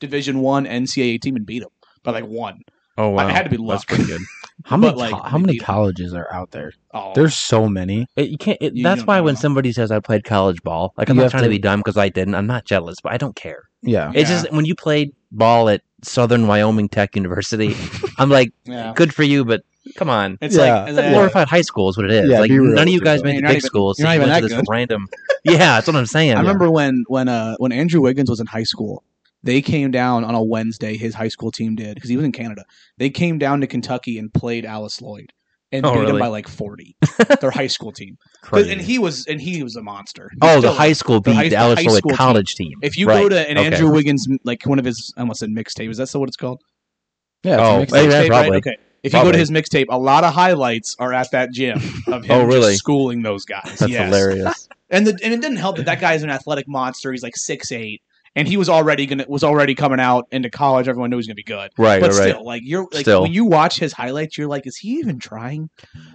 Division One NCAA team and beat them by like one. oh wow, I had to be That's luck. pretty good. How many? But, like, co- how many maybe- colleges are out there? *laughs* Oh, There's so many. It- you can't. It, You that's don't why know. when somebody says I played college ball, like I'm You not have trying to, to- be dumb because I didn't. I'm not jealous, but I don't care. Yeah. It's Yeah. just when you played ball at Southern Wyoming Tech *laughs* University, I'm like, yeah. good for you, but come on. It's Yeah. like It's a yeah. glorified high school is what it is. Yeah, like be real none of with you guys yourself. made You're the not big even- schools. you're so not you even went that to good. this random. *laughs* Yeah, that's what I'm saying. I remember when when uh when Andrew Wiggins was in high school, they came down on a Wednesday. His high school team did because he was in Canada. They came down to Kentucky and played Alice Lloyd and Oh, beat him really? by like *laughs* forty. their high school team, 'Cause- Crazy. and he was and he was a monster. He oh, still the is. high school the beat high- the the Alice high Lloyd school college team. If you go Right. to an Okay. Andrew Wiggins, like one of his, I almost said mixtape. Is that still what it's called? Yeah. it's a Oh, mixtape. yeah, Mixtape, right? probably. Okay. If you go to Probably. his mixtape, a lot of highlights are at that *laughs* gym of him Oh, really? just schooling those guys. that's yes. hilarious. And the, and it didn't help that that guy's an athletic monster. He's like six eight, and he was already gonna was already coming out into college. Everyone knew he was gonna be good, Right, but right, still, right. like you're like Still. when you watch his highlights, you're like, is he even trying?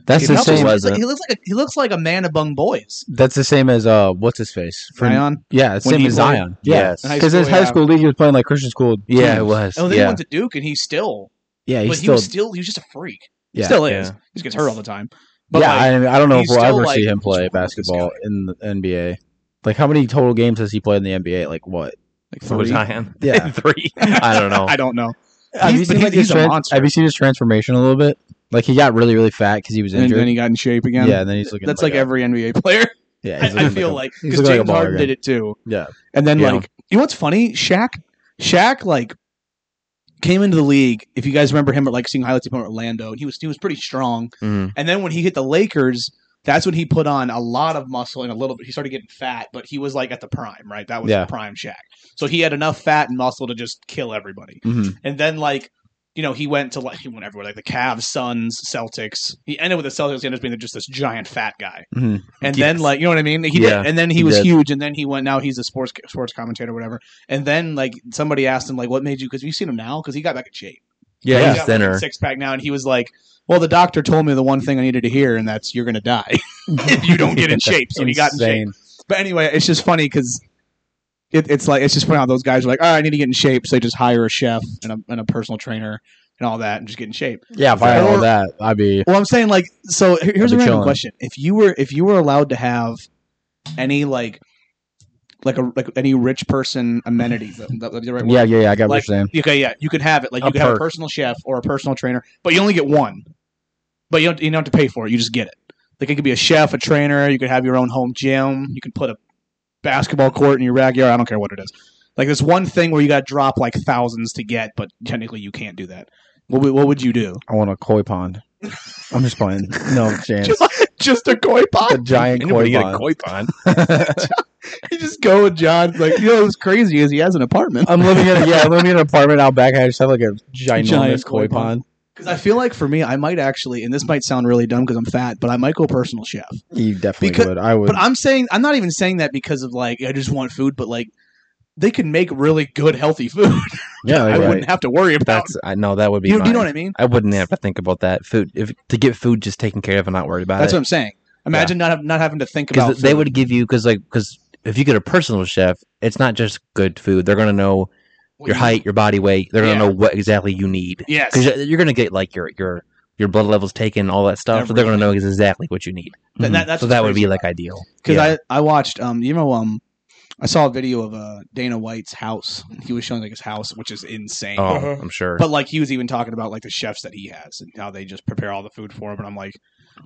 That's He the looks- same. he looks as like- He looks like a, he looks like a man among boys. That's the same as uh, what's his face? For- Zion. Yeah, it's When same he as played- Zion. Yeah, yes. And I- because his school, high yeah. school league he was playing like Christian school. yeah, it teams. was. Oh, then he yeah. went to Duke, and he's still, Yeah, but he's he still. was still, he was just a freak. Yeah, still is. yeah. He just gets hurt all the time. But yeah, like, I, I don't know if he's we'll still, ever see like, him play what's wrong basketball in the NBA. Like, how many total games has he played in the NBA? Like, what? like So was three. *laughs* Zion. Yeah. three. I don't know. *laughs* I don't know. Have you He's- seen he's- like his he's a tran- monster. Have you seen his transformation a little bit? Like, he got really, really fat because he was And injured. then he got in shape again. yeah, and then he's looking. that's like a- every NBA player. Yeah, I, he's I looking feel a- like he's because looking like a James baller Harden again. did it too. Yeah. and then Yeah. like you know what's funny? Shaq, Shaq like came into the league. If you guys remember him, like seeing highlights of him in Orlando, and he was he was pretty strong. Mm-hmm. Mhm. And then when he hit the Lakers, that's when he put on a lot of muscle and a little bit. He started getting fat, but he was like at the prime, right? That was Yeah. the prime Shaq. So he had enough fat and muscle to just kill everybody. Mhm. And then like, you know, he went to like he went everywhere, like the Cavs, Suns, Celtics. He ended with the Celtics. He ended up being just this giant fat guy. Mhm. And Yes. then like you know what I mean? He Mm-hmm. Yeah, did, and then he, he was did. huge. And then he went. Now he's a sports sports commentator, or whatever. And then like somebody asked him like, what made you? Because you've seen him now because he got back in shape. Yeah, He's he's got, like, thinner. a six pack now, and he was like, "Well, the doctor told me the one thing I needed to hear, and that's you're gonna die *laughs* if you don't get *laughs* in shape." So he got in shape. Insane. But anyway, it's just funny because it, it's like it's just funny how those guys are like, "All right, I need to get in shape," so they just hire a chef and a, and a personal trainer and all that, and just get in shape. Yeah, if I had all Or- that, I'd be. Well, I'm saying like, so here- here's I'd a be random chilling. question: if you were if you were allowed to have any like like a like any rich person amenities, that, that, that's the right word. Yeah, yeah, yeah. I got Like- what you're saying. Okay, yeah, you could have it. Like you A could have a perk. personal chef or a personal trainer, but you only get one. But you don't, you don't have to pay for it. You just get it. Like it could be a chef, a trainer. You could have your own home gym. You could put a basketball court in your backyard. I don't care what it is. Like this one thing where you got to drop like thousands to get, but technically you can't do that. What, would- what would you do? I want a koi pond. I'm just playing. No *laughs* chance. Just a koi a pond? giant koi pond. koi pond? *laughs* *laughs* You just go with John. Like you know, what's crazy is he has an apartment. I'm living in a, yeah, I'm living in an apartment out back. I just have like a ginormous Giant koi koi pond. pond. Because I feel like for me, I might actually, and this might sound really dumb because I'm fat, but I might go personal chef. You definitely Because- would. I would. But I'm saying I'm not even saying that because of like I just want food, but like they can make really good healthy food. *laughs* yeah, I like, wouldn't have to worry about. That's I know that would be. You, do you know mine. what I mean? I wouldn't have to think about that food if to get food just taken care of and not worried about That's it. what I'm saying. Imagine not have, not having to think about. because they food. would give you because like because if you get a personal chef, it's not just good food. They're gonna know What your you- height, your body weight. They're gonna Yeah. know what exactly you need Yes. because you're gonna get like your your your blood levels taken, all that stuff. So they're gonna know exactly what you need. Mm-hmm. Th- that- that's so that would be like ideal. because yeah. I I watched um you know um I saw a video of uh Dana White's house. He was showing like his house, which is insane. Oh, I'm sure. Uh-huh. But like he was even talking about like the chefs that he has and how they just prepare all the food for him. And I'm like,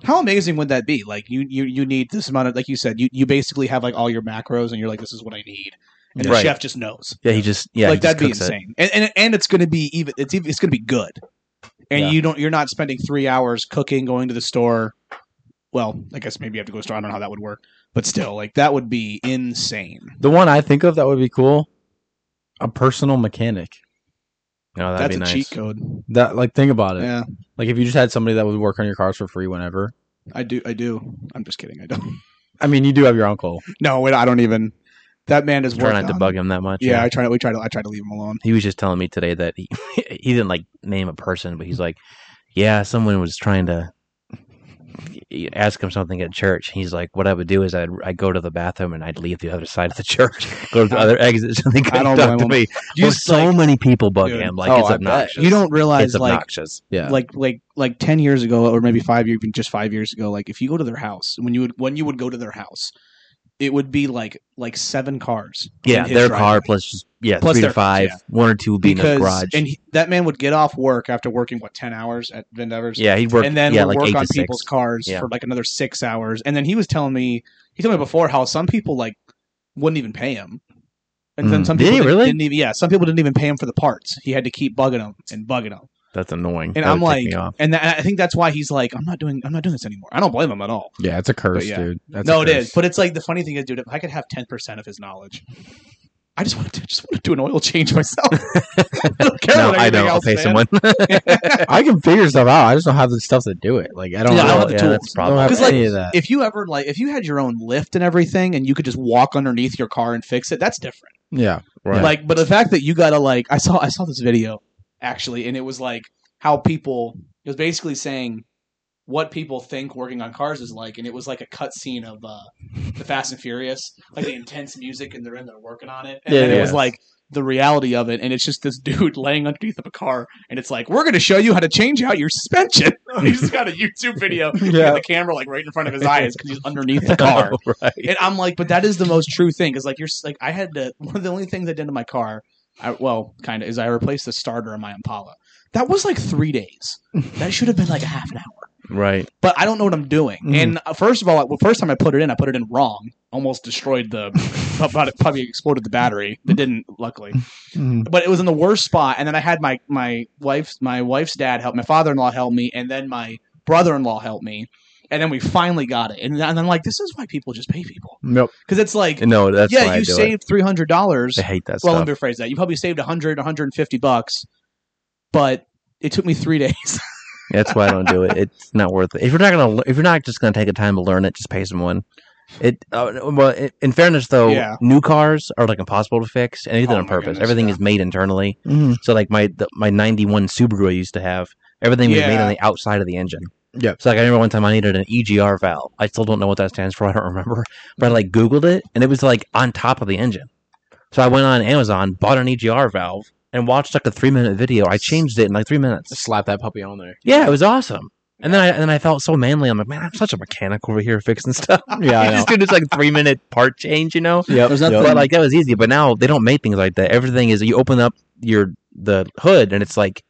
how amazing would that be? Like you you you need this amount of like you said you you basically have like all your macros and you're like this is what I need. And the Right. chef just knows. yeah, he just yeah like he just that'd be cooks it. insane. And, and and it's going to be even it's even, it's going to be good. And Yeah. you don't you're not spending 3 hours cooking, going to the store. Well, I guess maybe you have to go to the store. I don't know how that would work. But still, like that would be insane. the one I think of that would be cool. A personal mechanic. No, Oh, that'd That's be a nice. cheat code. That like think about it. Yeah, Like if you just had somebody that would work on your cars for free whenever. I do I do. I'm just kidding. I don't. I mean, you do have your uncle. No, wait, I don't even. That man is Try worked not to on- bug him that much. Yeah, I try to. We try to. I try to leave him alone. he was just telling me today that he *laughs* he didn't like name a person, but he's like, yeah, someone was trying to *laughs* ask him something at church. He's like, what I would do is I'd I go to the bathroom and I'd leave the other side of the *laughs* church, go to *laughs* the other exit, and they I couldn't don't talk to blame me. Well, Just so like- many people bug Dude. him, like Oh, it's I bet. obnoxious. you don't realize it's like obnoxious. Yeah. like like like ten years ago, or maybe five years, even just five years ago. Like if you go to their house, when you would when you would go to their house, it would be like like seven cars. yeah, in his their driveway. car plus just yeah Plus three their- to five, yeah. one or two would be in the because garage. and he, that man would get off work after working what ten hours at Vendevers. yeah, he'd work and then yeah would like work eight on to people's six. cars Yeah. for like another six hours. And then he was telling me he told me before how some people like wouldn't even pay him. And then Mm. some Did he people didn't- really? didn't even yeah, some people didn't even pay him for the parts. He had to keep bugging him and bugging him. That's annoying. And That I'm would like tick *laughs* me off. and tha- I think that's why he's like, I'm not doing I'm not doing this anymore. I don't blame him at all. Yeah, it's a curse, But yeah. dude. That's no, *laughs* a it curse. is. But it's like the funny thing is, dude, if I could have ten percent of his knowledge, I just want to *laughs* just want to do an oil change myself. *laughs* I don't care No, about I anything don't. I'll else, pay man. *laughs* someone. *laughs* I can figure stuff out. I just don't have the stuff to do it. Like I don't. Yeah, I don't know. have the that's tools. a problem. I don't 'Cause, have like, any of that. If you ever like, if you had your own lift and everything, and you could just walk underneath your car and fix it, that's different. yeah, Right. Like, but the fact that you gotta like, I saw I saw this video actually, and it was like how people it was basically saying what people think working on cars is like, and it was like a cutscene of uh, the Fast and Furious, like the intense music, and they're in there working on it, and Yeah, then it yeah. was like the reality of it, and it's just this *laughs* dude laying underneath of a car, and it's like we're gonna show you how to change out your *laughs* suspension. he just got a YouTube video, with Yeah. the camera like right in front of his eyes because he's underneath the car. right. And I'm like, but that is the most true thing because like you're s- like I had to *laughs* one of the only things I did to my car, I, well, kind of is I replaced the starter in my Impala. That was like three days. That should have been like a half an hour. Right. But I don't know what I'm doing. Mhm. And uh, first of all, well, first time I put it in, I put it in wrong. Almost destroyed the, *laughs* probably probably exploded the battery. It didn't, luckily Mhm. but it was in the worst spot. And then I had my my wife's my wife's dad help, my father in law help me, and then my brother in law help me, and then we finally got it. And, and I'm like, this is why people just pay people nope. because it's like, No, that's why yeah, I you do it. saved three hundred dollars. I hate that Well, let *laughs* stuff. me rephrase that. You probably saved 100, 150 bucks, but it took me three *laughs* days. That's why I don't do it. It's not worth it. If you're not gonna, le- if you're not just gonna take the time to learn it, just pay someone. It uh, well, i- in fairness though, Yeah. new cars are like impossible to fix, and they did Oh it on my purpose. goodness, Everything yeah. is made internally. Mm-hmm. Mhm. So like my the, my '91 Subaru I used to have, everything was made Yeah. on the outside of the engine. Yeah. So like I remember one time I needed an EGR valve. I still don't know what that stands for. *laughs* I don't remember, but I like Googled it, and it was like on top of the engine. So I went on Amazon, bought an EGR valve, and watched like a three minute video. I changed it in like three minutes. Just slap that puppy on there. *laughs* Yeah, it was awesome. And then I and then I felt so manly. I'm like, man, I'm such a mechanic over here fixing *laughs* stuff. Yeah, you I know. just do this like three minute part change, you know? Yep. There's nothing- yep. But like that was easy. But now they don't make things like that. Everything is you open up your the hood and it's like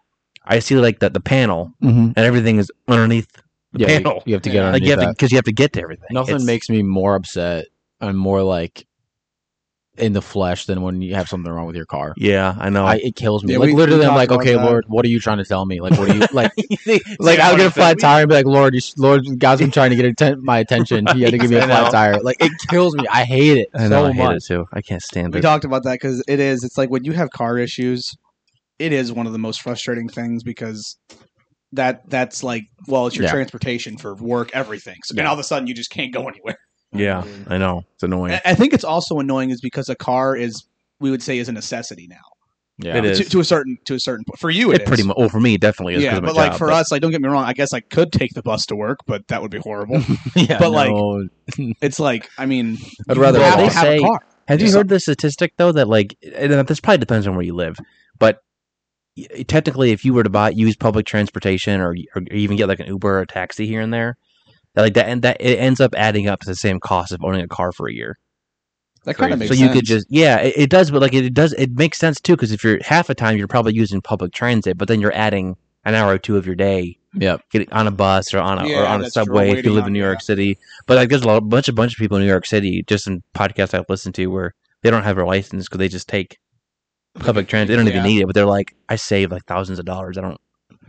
I see like the, the panel Mhm. and everything is underneath the Yeah, you, panel. you have to get Yeah. underneath like you have that. to because you have to get to everything. Nothing It's- makes me more upset. I'm more like in the flesh than when you have something wrong with your car. Yeah, I know. I, *laughs* it kills me. Yeah, like we- literally, we I'm like, talked about okay, that. Lord, what are you trying to tell me? Like, what are you like? like *laughs* Yeah, I'll what get a is flat that? tire and be like, Lord, you, Lord, God's been trying to get atten- my attention. You had to give me a Right, I know. flat tire. Like it kills me. I hate it I know so I hate much. it too. I can't stand We it. talked about that because it is. It's like when you have car issues, it is one of the most frustrating things because that that's like well, it's your Yeah. transportation for work, everything. So then Yeah. all of a sudden you just can't go anywhere. Yeah, I know. It's annoying. I- I think it's also annoying is because a car is we would say is a necessity now Yeah, It is. to, to a certain to a certain point. For you, It it, pretty is. much. Oh, for me, it definitely is. 'cause yeah. of my But like job, for us, like don't get me wrong. I guess I could take the bus to work, but that would be horrible. *laughs* yeah, But, like, no. it's like I mean, I'd you rather have to walk. have a They say- car. Have you Yeah. heard the statistic though that like and this probably depends on where you live, but y- technically, if you were to buy use public transportation or, or even get like an Uber or a taxi here and there, that, like that and that it ends up adding up to the same cost of owning a car for a year. That kind of makes so sense. you could just yeah, it, it does, but like it, it does it makes sense too because if you're half the time you're probably using public transit, but then you're adding an hour or two of your day Yep. getting on a bus or on a or Yeah, on a that's true. subway if you Waiting live on- in New York yeah. City. But like, there's a lot, bunch of bunch of people in New York City just in podcasts I've listened to where they don't have their license because they just take *laughs* public transit. They don't even Yeah. need it, but they're like, I saved like thousands of dollars. I don't,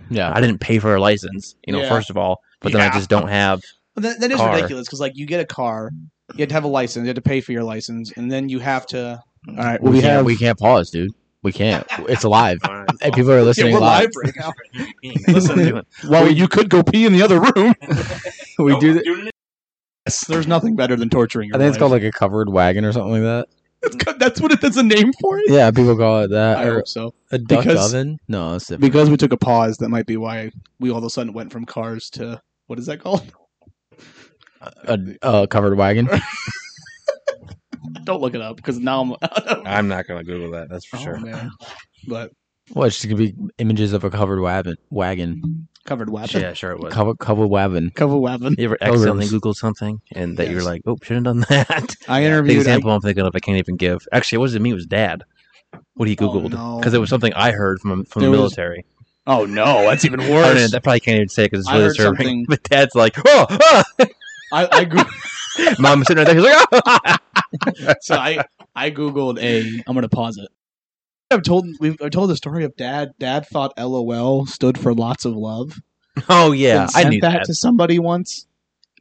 Yeah, I didn't pay for a license, you know, Yeah. first of all, but then Yeah. I just don't *laughs* have. But that, that is car. ridiculous because like you get a car, you have to have a license, you have to pay for your license, and then you have to. All right, we, well, we, can't, have. we can't pause, dude. We can't. It's alive, and people are yeah, listening we're live. live right *laughs* now. Listen, Well, we, you could go pee in the other room. *laughs* we do. th- Yes, there's nothing better than torturing. Your I think it's wife. called like a covered wagon or something like that. It's called- *laughs* that's what it, that's a name for it. Yeah, people call it that. I Or hope so. a duck Because- oven? No, that's different. Because we took a pause, that might be why we all of a sudden went from cars to what is that called? *laughs* a, a covered *laughs* wagon. Don't look it up because now I'm. *laughs* I'm not gonna Google that. That's for Oh, man. *laughs* But Well, it's just gonna be images of a covered wagon. Wagon. covered weapon. Yeah, sure it was. Cover, covered wagon. Covered *laughs* weapon. You ever Pilgrims. accidentally Google something and that you're Yes. like, oh, shouldn't have done *laughs* that. I the interviewed. I, example I, am thinking of, I can't even give. Actually, it wasn't me. It was Dad. What he Oh, googled no. because it was something I heard from from There the was- military. oh no, that's *laughs* even I don't know, worse. that probably can't even say because it's I really heard disturbing. *laughs* something- But Dad's like, oh, ah!" I, I grew. mom's sitting right there. He's like, oh. *laughs* *laughs* so I I googled a. I'm gonna pause it. I've told we've I told the story of dad. Dad thought LOL stood for lots of love. oh and yeah, I sent knew that, that. to somebody once.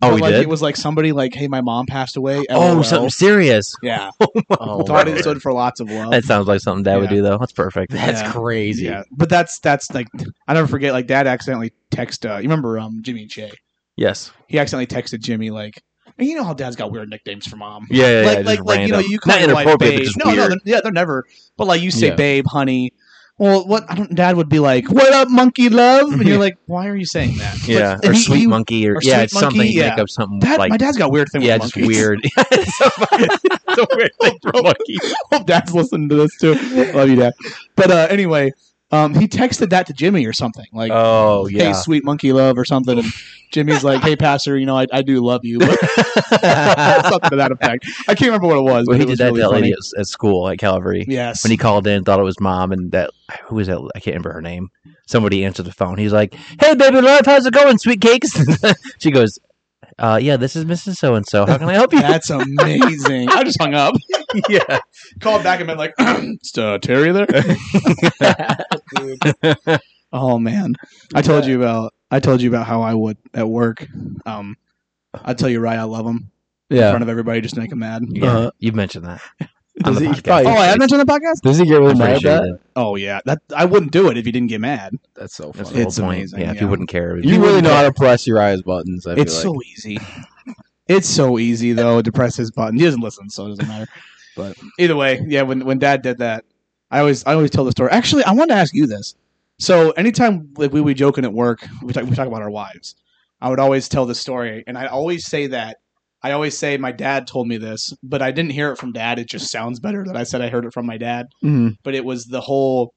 Oh, But, we like, did. It was like somebody like, "Hey, my mom passed away." oh, LOL. something serious. *laughs* Yeah, Oh, thought it word. stood for lots of love. that sounds like something Dad would Yeah. do, though. That's perfect. That's Yeah. crazy. Yeah, but that's that's like I never forget. Like Dad accidentally text. Uh, you remember um Jimmy and Jay? Yes. He accidentally texted Jimmy like, and you know how Dad's got weird nicknames for mom. Yeah, yeah, like yeah, like just like you know random. you call Not your wife inappropriate, but babe. just No, weird. no, they're, yeah, they're never. But like you say, Yeah. babe, honey. Well, what I don't. Dad would be like, "What up, monkey love?" And *laughs* you're like, "Why are you saying that?" But- yeah, and or he- sweet he- monkey, or, or yeah, sweet it's something. monkey, Yeah. yeah. Make up something Dad, like my dad's got a weird thing. yeah, with just monkeys. weird. *laughs* it's so funny. It's a weird thing for monkey. *laughs* Hope Dad's listening to this too. Love you, Dad. But uh, anyway, um, he texted that to Jimmy or something like, Oh "Hey, yeah. sweet monkey love" or something. *laughs* And Jimmy's like, "Hey, pastor, you know I, I do love you," *laughs* but *laughs* something to that effect. I can't remember what it was. but well, he it was did that really to that lady funny. at, at school at Calvary Yes. when he *laughs* called in, thought it was mom, and that who was that? I can't remember her name. Somebody answered the phone. He's like, "Hey, baby love, how's it going, sweet cakes?" *laughs* she goes, uh, "Yeah, this is Mrs. So and So. How can I help you?" That's amazing. I just hung *laughs* up. yeah, called back and been like, *clears throat* "It's uh, Terry *laughs* there." *laughs* oh man, I told you about I told you about how I would at work. Um, I tell you right, I love him in Yeah. front of everybody, just to make him mad. *laughs* yeah. Uh-huh. You mentioned that. Does On he- the he podcast. probably- Oh, I had mentioned the podcast. Does he get really I'm pretty mad at sure you that? did. Oh yeah, that I wouldn't do it if you didn't get mad. That's so That's funny. the It- whole It's point. amazing, Yeah, if yeah. you wouldn't care, it would you be- really know how to press Uriah's buttons. I feel It's so easy. It's so easy though to press his button. He doesn't listen, so it doesn't matter. But either way, yeah. When when Dad did that, I always I always tell the story. Actually, I wanted to ask you this. So anytime like, we would be joking at work, we talk we talk about our wives. I would always tell the story, and I always say that. I always say my dad told me this, but I didn't hear it from dad. It just sounds better that I said I heard it from my dad hmm but it was the whole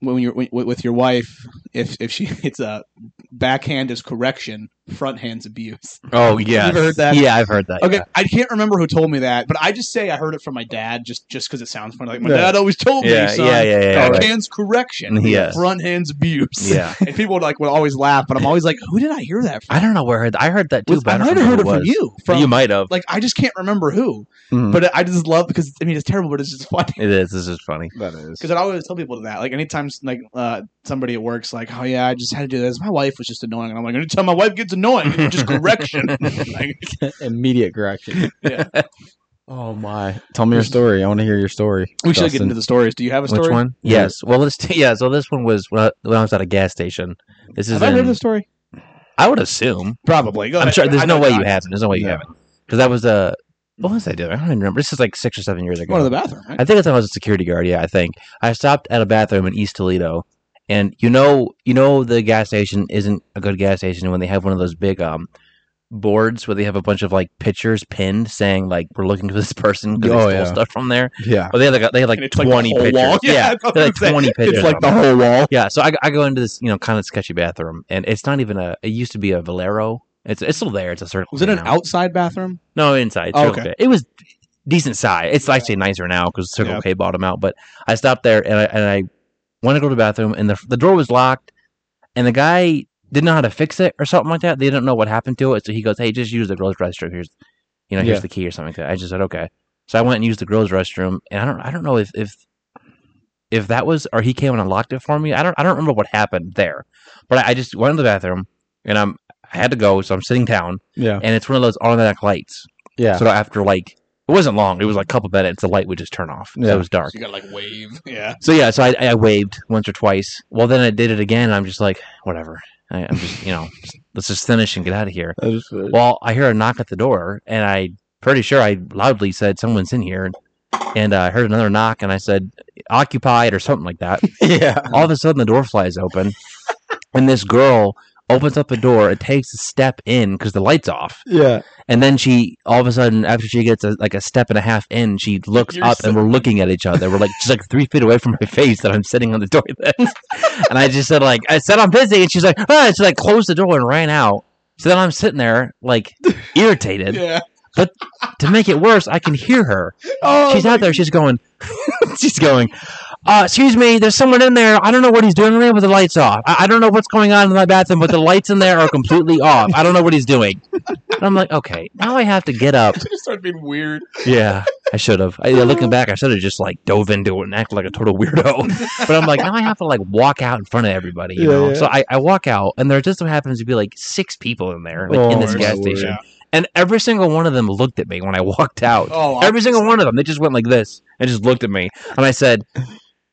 when you're when, with your wife if if she *laughs* it's a backhand is correction front hand's *laughs* abuse Oh yeah, ever heard that? Yeah, I've heard that. okay yeah. i can't remember who told me that but i just say i heard it from my dad just just because it sounds funny like my Yeah. dad always told Yeah, me son, yeah, yeah, yeah, yeah, right. backhand's correction Yes. front hand's abuse yeah. *laughs* and people would like would always laugh but i'm always like who did i hear that from I don't know where I heard that. I heard that too, Was- but I, I don't might have remember heard it who from you was. from you might have. like i just can't remember who Mhm. but i just love because i mean it's terrible but it's just funny It is. This is funny. That is. because I always tell people that. Like anytime like uh, somebody at work's like, "Oh yeah, I just had to do this. My wife was just annoying," and I'm like, "Anytime my wife gets annoying, it's just *laughs* correction." Like, *laughs* Immediate *laughs* correction. Yeah. Oh my! Tell me your story. I want to hear your story. we should get Dustin. into the stories. Do you have a story? Which one? Yeah. Yes. Well, let's. T- yeah. So this *laughs* one was when I, when I was at a gas station. This is. Have I heard in- the story? I would assume. Probably. Go I'm ahead. sure. There's I- no I- way I- you haven't. There's no way you No. haven't. Because that was Uh, what was I doing? I don't even remember. This is like six or seven years ago. One of the bathroom. Right? I think that's when I was a security guard. Yeah, I think I stopped at a bathroom in East Toledo, and you know, you know, the gas station isn't a good gas station when they have one of those big um boards where they have a bunch of like pictures pinned saying like we're looking for this person because Oh, they stole yeah. stuff from there. Yeah. Or they had like a- they had like And it's like the twenty whole pictures. wall. *laughs* Yeah, I was they're like gonna say, twenty pictures. It's of like the them. whole wall. Yeah, so I, I go into this, you know, kind of sketchy bathroom, and it's not even a. It used to be a Valero. It's it's still there. It's a circle. Was it thing an now. outside bathroom? No, inside. Oh, Circle okay. K. It was decent size. It's actually nicer now because Circle Yeah. K bought them out. But I stopped there and I and I went to go to the bathroom, and the the door was locked, and the guy didn't know how to fix it or something like that. They didn't know what happened to it, so he goes, "Hey, just use the girls' restroom. Here's, you know, here's Yeah. the key or something like that." I just said, "Okay." So I went and used the girls' restroom, and I don't I don't know if if if that was or he came and unlocked it for me. I don't I don't remember what happened there, but I, I just went to the bathroom and I'm I had to go, so I'm sitting down, Yeah. and it's one of those automatic lights. Yeah. So after like it wasn't long, it was like a couple minutes, the light would just turn off. So Yeah. it was dark. you got like wave. Yeah. So yeah, so I, I waved once or twice. Well, then I did it again. And I'm just like, whatever. I, I'm just you know, *laughs* just- let's just finish and get out of here. *laughs* That is weird. Well, I hear a knock at the door, and I pretty sure I loudly said someone's in here, and uh, I heard another knock, and I said occupied or something like that. *laughs* yeah. All of a sudden, the door flies open, and this girl opens up the door. It takes a step in because the light's off. Yeah. And then she, all of a sudden, after she gets a, like a step and a half in, she looks You're up so- and we're looking at each other. We're like, she's like three feet away from my face that I'm sitting on the toilet. *laughs* and I just said, like, I said, I'm busy. And she's like, ah, and she like closed the door and ran out. So then I'm sitting there, like, irritated. Yeah. To make it worse, I can hear her. Oh, *laughs* She's out there. She's going, she's going, uh, excuse me, there's someone in there. I don't know what he's doing in there, but the lights off. I, I don't know what's going on in my bathroom, but the lights in there are completely *laughs* off. I don't know what he's doing. And I'm like, okay, now I have to get up. just started being weird. Yeah, I should have. I, looking back, I should have just like dove into it and acted like a total weirdo. *laughs* But I'm like, now I have to like walk out in front of everybody, you Yeah, know. yeah. So I, I walk out, and there just so happens to be like six people in there, like in Oh, this my gas word. station, and every single one of them looked at me when I walked out. Oh, Every single one of them, they just went like this and just looked at me, and I said, *laughs*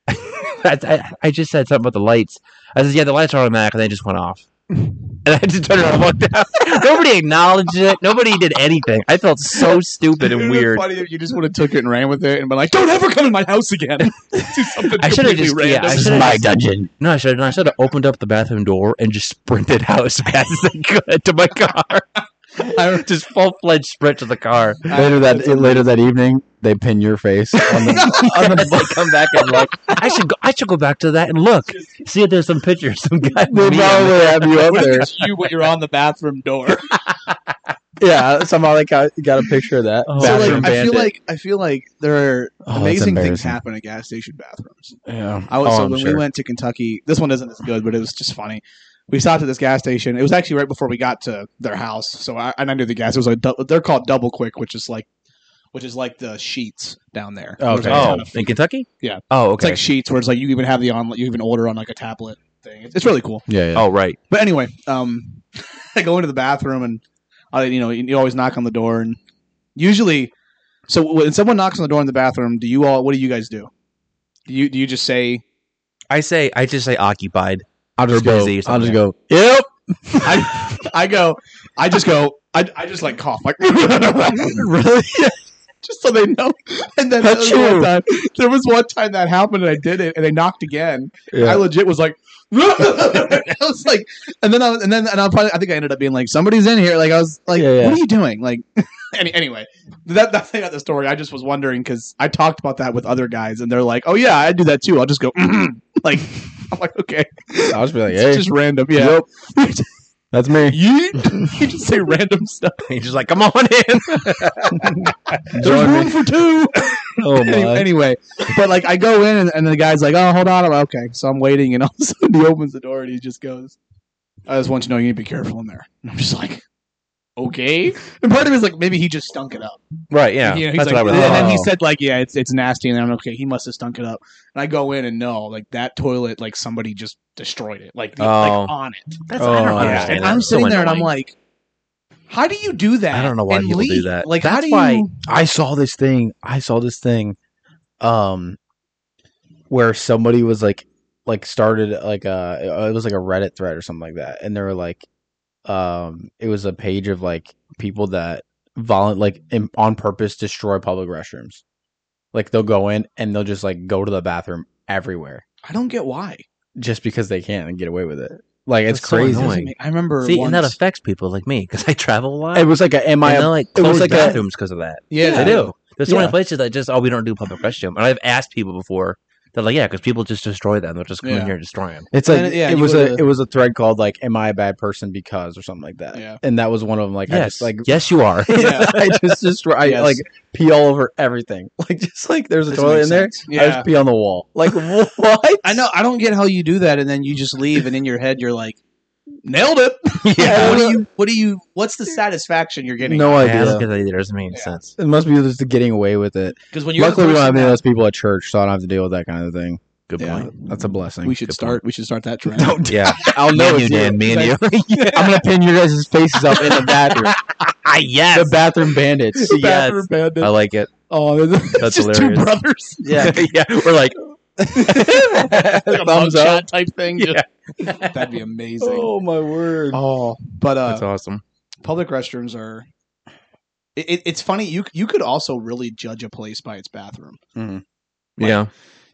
I, I, I just said something about the lights. I said, yeah, the lights are automatic, and they just went off. *laughs* And I just turned around and walked out. *laughs* Nobody acknowledged it. Nobody did anything. I *laughs* felt so stupid It and would've been weird. Funny if you just would have took it and ran with it and been like, "Don't ever come in my house again." *laughs* Do something I should have completely just random. yeah. I This should is have my dungeon. no. I should I should have opened up the bathroom door and just sprinted *laughs* out as fast as I could to *laughs* my car. *laughs* I would just full fledged sprint to the car. Later that later that evening, they pin your face on the I'm gonna *laughs* like, come back and like I should go. I should go back to that and look, see if there's some pictures. Some guy. *laughs* They probably me on have you up What if there. it's you when you're on the bathroom *laughs* door. Yeah, somehow they got, got a picture of that. Oh. so Bathroom like, I feel like I feel like there are Oh, that's amazing things embarrassing. happen at gas station bathrooms. yeah. I was Oh, so I'm when we sure. went to Kentucky. This one isn't as good, but it was just funny. We stopped at this gas station. It was actually right before we got to their house. So I and I knew the gas. It was like dou- they're called double quick, which is like which is like the sheets down there. Okay. There's a Oh, ton of in food. Kentucky. Yeah. Oh, it's okay. like sheets where it's like you even have the on you even order on like a tablet thing. It's, it's really cool. Yeah, yeah. oh, right. But anyway, um, *laughs* I go into the bathroom and I, you know, you, you always knock on the door and usually, so when someone knocks on the door in the bathroom, do you all? What do you guys do? Do you do you just say? I say. I just say occupied. I'll just Or go. busy or I'll something. just go. Yep. I I go. I just go. I, I just like cough like *laughs* just Really? so they know. And then there was, Achoo. one time, there was one time that happened and I did it and they knocked again. I legit was like. *laughs* I was like, and then I was, and then and I probably I think I ended up being like somebody's in here. Like I was like, Yeah, yeah. what are you doing? Like, *laughs* any, anyway, that that's not the story. I just was wondering because I talked about that with other guys, and they're like, oh yeah, I do that too. I'll just go "Mm-hmm." *laughs* like, I'm like, okay, I'll just be like, it's *laughs* hey, just random, *laughs* yeah. that's me. *laughs* You you just say random stuff. He's just like, come on in. There's room for two. Oh Any- anyway, but like I go in and, and the guy's like, "Oh, hold on, I'm like, okay." So I'm waiting, and *laughs* all of a sudden he opens the door and he just goes, "I just want you to know you need to be careful in there." And I'm just like, "Okay." And part of me is like, maybe he just stunk it up. Right. Yeah. You know, he's That's like, what I would. and then he Oh. said like, "Yeah, it's it's nasty," and I'm like, okay. He must have stunk it up. And I go in and no, like that toilet, like somebody just destroyed it, like, the- Oh. like on it. That's, I don't Oh, Yeah. understand. And that. I'm That's so sitting there and I'm annoying. like, how do you do that? I don't know why and people do leave? that. Like, how That's do why- you? I saw this thing. I saw this thing, um, where somebody was like, like started like a it was like a Reddit thread or something like that, and they were like, um, it was a page of like people that violent like in, on purpose destroy public restrooms, like they'll go in and they'll just like go to the bathroom everywhere I don't get why. just because they can and get away with it. Like it's That's so crazy. Doesn't annoying. make- I remember. See, once, and that affects people like me because I travel a lot. it was like a am I and a they're like it was closed like a- bathrooms because of that. yeah, They do. There's so many Yeah. places that just oh we don't do public restroom. And I've asked people before. They're like yeah because people just destroy them. They'll just come in Yeah. here and destroy them. It's And like it- yeah, it you was go a to the- it was a thread called like "Am I a bad person because" or something like that. Yeah. and that was one of them. Like I yes, just like *laughs* yes you are. *laughs* Yeah. I just destroy I, Yes. like pee all over everything. *laughs* Like just like there's a Doesn't toilet make in there. sense. I Yeah. just pee on *laughs* the wall. Like what? I know. I don't get how you do that, and then you just leave, and in your head you're like, "Nailed it." Yeah. what do you? What do you? What's the satisfaction you're getting? *laughs* No Yeah, I don't idea. get that either. It doesn't make any Yeah. sense. It must be just the getting away with it. Because when you're Luckily, we the don't have person any of that- those people at church, so I don't have to deal with that kind of thing. Good Yeah. point. That's a blessing. we should Good start. We should start that trend. Yeah, I'll oh, me know and it's you, you. Dan. Me and *laughs* you. *laughs* I'm gonna pin your guys' faces up in the bathroom. Ah, yes. The bathroom *laughs* bandits. Yes. Bathroom bandit. I *laughs* like it. Oh, *laughs* That's It's just hilarious. two brothers. yeah. yeah, we're like Like a Thumbs up. mugshot type thing. just- *laughs* that'd be amazing. Oh my word. Oh, but uh, that's awesome. public restrooms are. It, it- it's funny. You you could also really judge a place by its bathroom. like, yeah.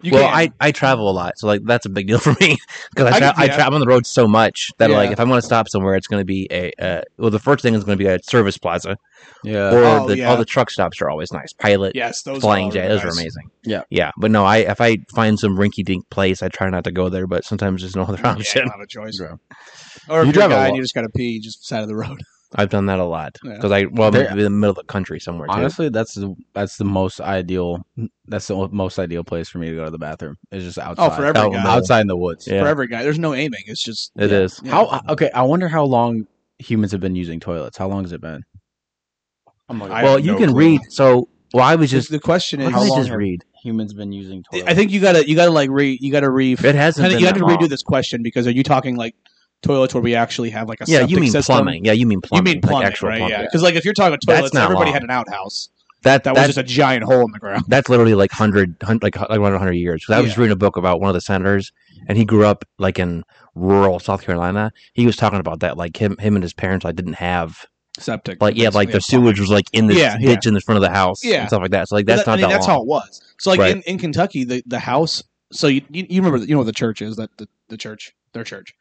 You well, can. I, I travel a lot, so like that's a big deal *laughs* for me because I I tra- can see I, that. travel on the road so much that like Yeah. if I'm going to stop somewhere, it's going to be a uh, well. The first thing is going to be a service plaza, Yeah. or Oh, the, yeah. all the truck stops are always nice. Pilot, yes, those Flying are J, really those are nice. amazing. Yeah. yeah. But no, I if I find some rinky dink place, I try not to go there. But sometimes there's no other *laughs* Yeah, you option. don't have a choice. Yeah. Or if you are You a drive a guy lot. and you just got to pee just side of the road. I've done that a lot Yeah. because I well I'm There- in the middle of the country somewhere. Too. Honestly, that's the, that's the most ideal. That's the most ideal place for me to go to the bathroom. It's just outside. Oh, for every Out- guy. outside in the woods. Yeah. for every guy. There's no aiming. It's just it is. Yeah. How okay? I wonder how long humans have been using toilets. How long has it been? I'm like, Well, you can read. So well, I was Just just the question how is, How can I long just have- read? Humans been using toilets. I think you gotta you gotta like re you gotta re It hasn't. kinda, been you that gotta long. redo this question because are you talking like toilets where we actually have like a Yeah, septic you mean system? plumbing. Yeah, you mean You plumbing. mean plumbing, like actual right? plumbing. Yeah, because like if you're talking toilets, not everybody long. had an outhouse That that that was just a giant hole in the ground. *laughs* that's literally like hundred, hun- like like around hundred years. 'Cause I was just reading a book about one of the senators, and he grew up like in rural South Carolina. He was talking about that, like him, him and his parents, like didn't have Septic, like yeah, like the plumbing. sewage was like in this Yeah, yeah. ditch in the front of the house, Yeah. and stuff like that. So like But that's that- not I mean, that that's long. how it was. So like Right. in, in Kentucky, the, the house. So you you, you remember you know what the church is that the, the church their church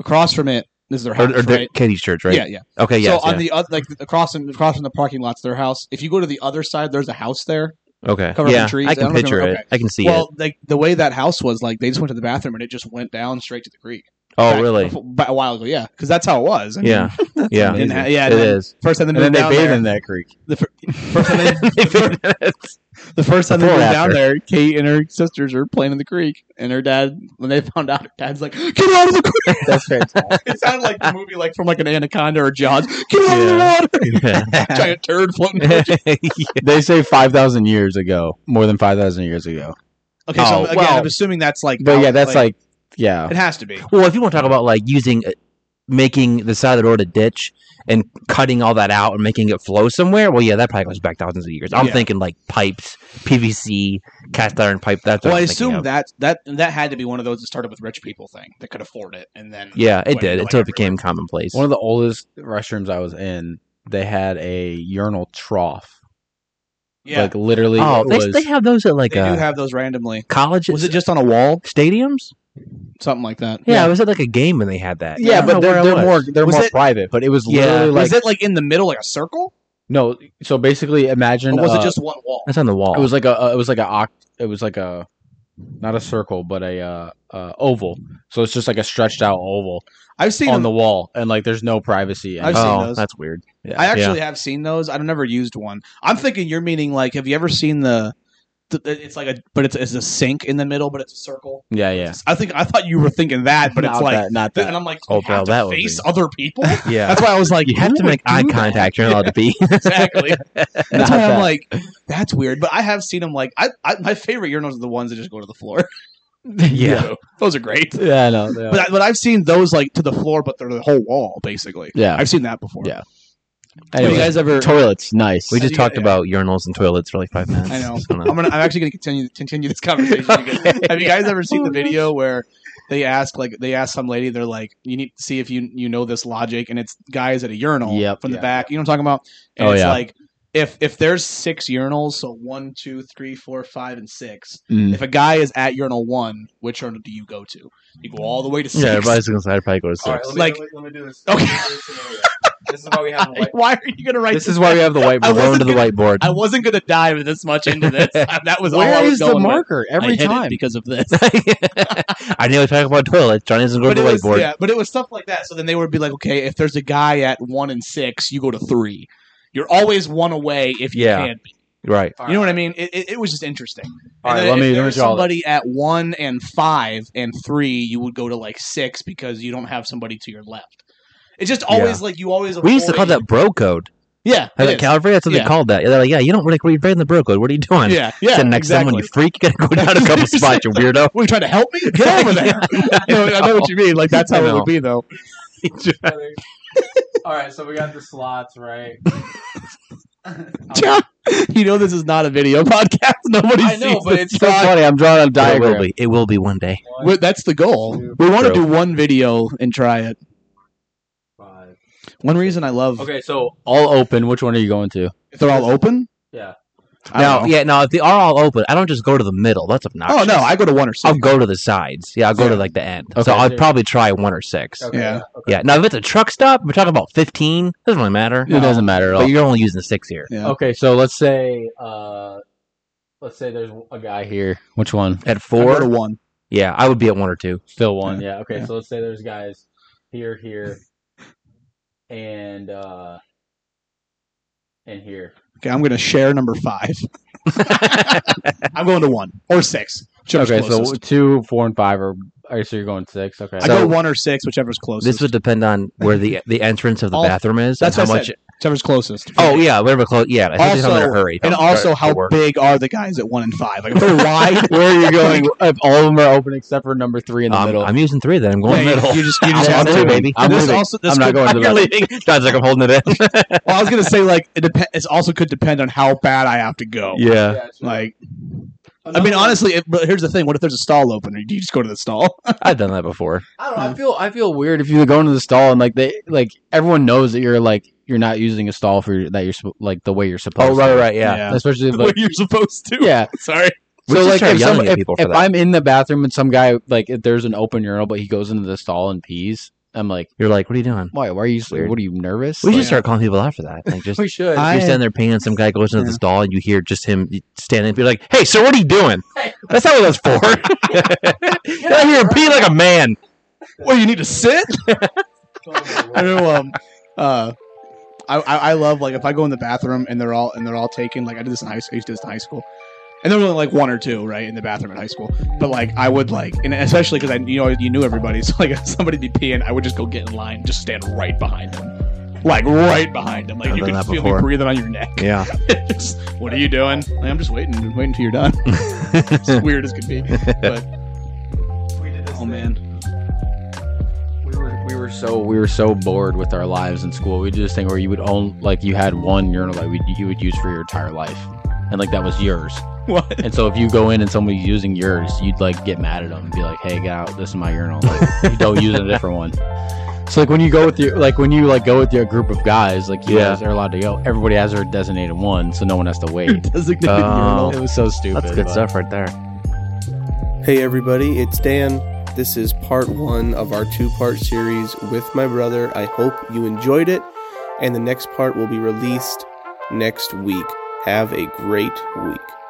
across from it is their house or, or the- right? Katie's church, right? Yeah, yeah. Okay, yes, so on the other like across from, across from the parking lot's their house. If you go to the other side, there's a house there. yeah. okay, covered yeah. in trees, I I can don't picture remember- it. I can see it. well, like the way that house was, like they just went to the bathroom and it just went down straight to the creek. Oh, Back- really? befo- ba- A while ago, yeah, because that's how it was. I mean, *laughs* Yeah, yeah. and ha- yeah. It and then is. First time they and then moved they down bathe there, in that creek. the fir- first time they, *laughs* the first time they Before moved or down after? there, Kate and her sisters are playing in the creek, and her dad, when they *laughs* found out, her dad's like, "Get out of the creek!" That's fantastic. It sounded like the movie, like from like an anaconda or Jaws. Get out of the water! Giant turd floating. Okay, *laughs* they say five thousand years ago, more than five thousand years ago. so Oh, again, well. I'm assuming that's like, But yeah, out- that's like, yeah, it has to be. *laughs* Well, if you want to talk about like using, uh, making the side of the road a ditch and cutting all that out and making it flow somewhere, well, yeah, that probably goes back thousands of years. I'm Yeah. thinking like pipes, PVC, cast iron pipe. That's what Well, I I'm thinking assume of. that that that had to be one of those that started with rich people thing that could afford it, and then Yeah, it Like- did like until it everywhere. became commonplace. One of the oldest restrooms I was in, they had a urinal trough. yeah, Like literally, oh, it they, was, they have those at like they do uh, have those randomly. colleges. Was it just on a wall, stadiums? something like that? Yeah, I was at like a game when they had that. I yeah, don't know but where I they're, they're was. more they're Was more it- private. But it was Yeah. literally like was it like in the middle, like a circle, no. So basically, imagine or was uh, it just one wall? That's on the wall. It was like a. uh, It was like a. Oct, it was like a. Not a circle, but a uh, uh, oval. So it's just like a stretched out oval I've seen on them. the wall, and like there's no privacy. I've seen oh, those. that's weird. Yeah, I actually have seen those. I've never used one. I'm thinking you're meaning like, have you ever seen the? the it's like a, but it's, it's a sink in the middle, but it's a circle. yeah, yeah. I think I thought you were thinking that, but it's Not like, that, not *laughs* and that. I'm like, Oh, you have well, to that would face be- other people. yeah. yeah. That's why I was like, You have who to make would eye do that? contact. You're not *laughs* allowed to be. exactly. Not That's why that. I'm like, that's weird. But I have seen them like, I, I my favorite urinals are the ones that just go to the floor. *laughs* yeah. those are great. yeah, I know. yeah. But I, but I've seen those like to the floor, but they're the whole wall basically. yeah. I've seen that before. Yeah. Have you Anyway, guys ever? toilets, nice. We How do just you- *laughs* talked yeah. about urinals and toilets for like five minutes. I know. don't I'm gonna. I'm actually gonna continue continue this *laughs* conversation. again. Have you guys ever seen the video where they ask like they ask some lady? They're like, "You need to see if you you know this logic," and it's guys at a urinal Yep. from the Yeah. back. You know what I'm talking about? And Oh, it's yeah. like if if there's six urinals, so one, two, three, four, five, and six. Mm. If a guy is at urinal one, which urinal do you go to? You go all the way to six. Yeah, *laughs* everybody's gonna say I'd probably go to six. All right, let me, Like- let me, let me do this. *laughs* Okay. this is why we have white. why are *laughs* you gonna write *laughs* This is why we have the I whiteboard. wasn't Going to the gonna- whiteboard. I wasn't gonna dive this much into *laughs* this. that was all I Where was is the going with. marker every I hit it time? because of this. *laughs* I knew we were talking about toilets. Johnny doesn't go but to it the was, whiteboard. yeah, but it was stuff like that. So then they would be like, okay, if there's a guy at one and six, you go to three. You're always one away if you Yeah. can. Be. Right. You know what I mean? It, it, it was just interesting. All And right, then let if me- let me there's draw it. somebody at one and five and three, you would go to like six because you don't have somebody to your left. It's just always like you always. We used to call avoid- that bro code. Yeah, Like it at is. Calvary, that's what Yeah. they called that. They're like, yeah, you don't like you're in the bro code. What are you doing? yeah, yeah. Sitting next to exactly. someone, you freak. You gotta go down *laughs* a couple spots, you weirdo. What, you trying to help me? Get over there. You know, I know what you mean. Like that's I how it know. would be though. *laughs* All right, so we got the *laughs* slots right. John, you know this is not a video podcast. Nobody I sees know, *laughs* but this. it's so not. funny. I'm drawing a But It diagram. will be. It will be one day. One, Well, that's the goal. two, We want to True. do one video and try it. five. One reason I love Okay, so All open. Which one are you going to? if they're all open. Yeah. I don't Now, know. yeah, now if they are all open, I don't just go to the middle. That's obnoxious. Oh no, I go to one or I'll six. go to the sides. Yeah, I'll go to Yeah. like the end. Okay, so I'll so- probably try one or six. okay, Yeah. okay. Yeah. Now if it's a truck stop, we're talking about fifteen. Doesn't really matter. It doesn't matter at But all. you're only using six here. Yeah. Okay, so let's say, uh, let's say there's a guy here. Which one? At I go to four, one. yeah, *laughs* I would be at one or two. Still one. Yeah. okay, Yeah. so let's say there's guys here, here, and uh, and here. Okay, I'm going to share number five. *laughs* I'm going to one or six. Whichever's Okay, closest. so two, four, and five are. all right, So you're going six. Okay. I go So- one or six, whichever's closest. This would depend on where the the entrance of the All- bathroom is. that's what and how I much. said. whichever's closest. Oh yeah, whatever. Close. Yeah, I think also, Also- in a hurry. and Don't- also don't how work. big are the guys at one and five? Like if they're *laughs* wide, Where are you going? if all of them are open except for number three in the Um, middle. I'm using three. Then I'm yeah, going you- middle. you just you just I'm have leaving. to. baby. And I'm this leaving. also this I'm not could- *laughs* *laughs* going to the You're left. leaving. Sounds like I'm holding it in. *laughs* Well, I was gonna say like it dep- It also could depend on how bad I have to go. yeah. Yeah, sure. Like I Another mean, one- honestly, it, but here's the thing: what if there's a stall opener? Do you just go to the stall? *laughs* I've done that before. I don't know. Mm. I feel I feel weird if you go into the stall and like they like everyone knows that you're like you're not using a stall for that you're sup- like the way you're supposed. Oh right, to. right, yeah. Yeah. Especially the way like, you're supposed to. yeah. *laughs* Sorry. We so should like start if, yelling some, at if, people for if that. I'm in the bathroom and some guy like if there's an open urinal but he goes into the stall and pees, I'm like, You're like, what are you doing? why? Why are you? Weird. What are you nervous? We Like, should start calling people out for that. Like *laughs* just. we should. I- You're standing there peeing, and some guy goes into Yeah. the stall, and you hear just him standing. and Be like, "Hey, sir, what are you doing? That's not what that's for. *laughs* Get out here and pee like a man." Well, you need to sit. Oh, my I Lord. know. Um, uh, I, I I love like if I go in the bathroom and they're all and they're all taken. Like I did this in high school. I used to do this in high school, and there were only like one or two right in the bathroom in high school. But like I would like, and especially because I you know you knew everybody, *laughs* so like if somebody be peeing, I would just go get in line, just stand right behind them, like right behind them, like I've you done can that feel before. me breathing on your neck. Yeah, Just, what are you doing? Like, I'm just waiting, waiting till you're done. *laughs* it's weird as could be. But We did this oh thing. man, We were, We were so we were so bored with our lives in school. We did this thing where you would own like you had one urinal that we, you would use for your entire life, and like that was yours. what? And so if you go in and somebody's using yours, you'd like get mad at them and be like, "Hey, get out! This is my urinal. Like, you don't use a different one." So like when you go with your like when you like go with your group of guys, like you Yeah. guys are allowed to go. Everybody has their designated one, so no one has to *laughs* wait. Designated Oh. it was so stupid. that's good but- stuff right there. Hey everybody, it's Dan. This is part one of our two part series with my brother. I hope you enjoyed it, and the next part will be released next week. Have a great week.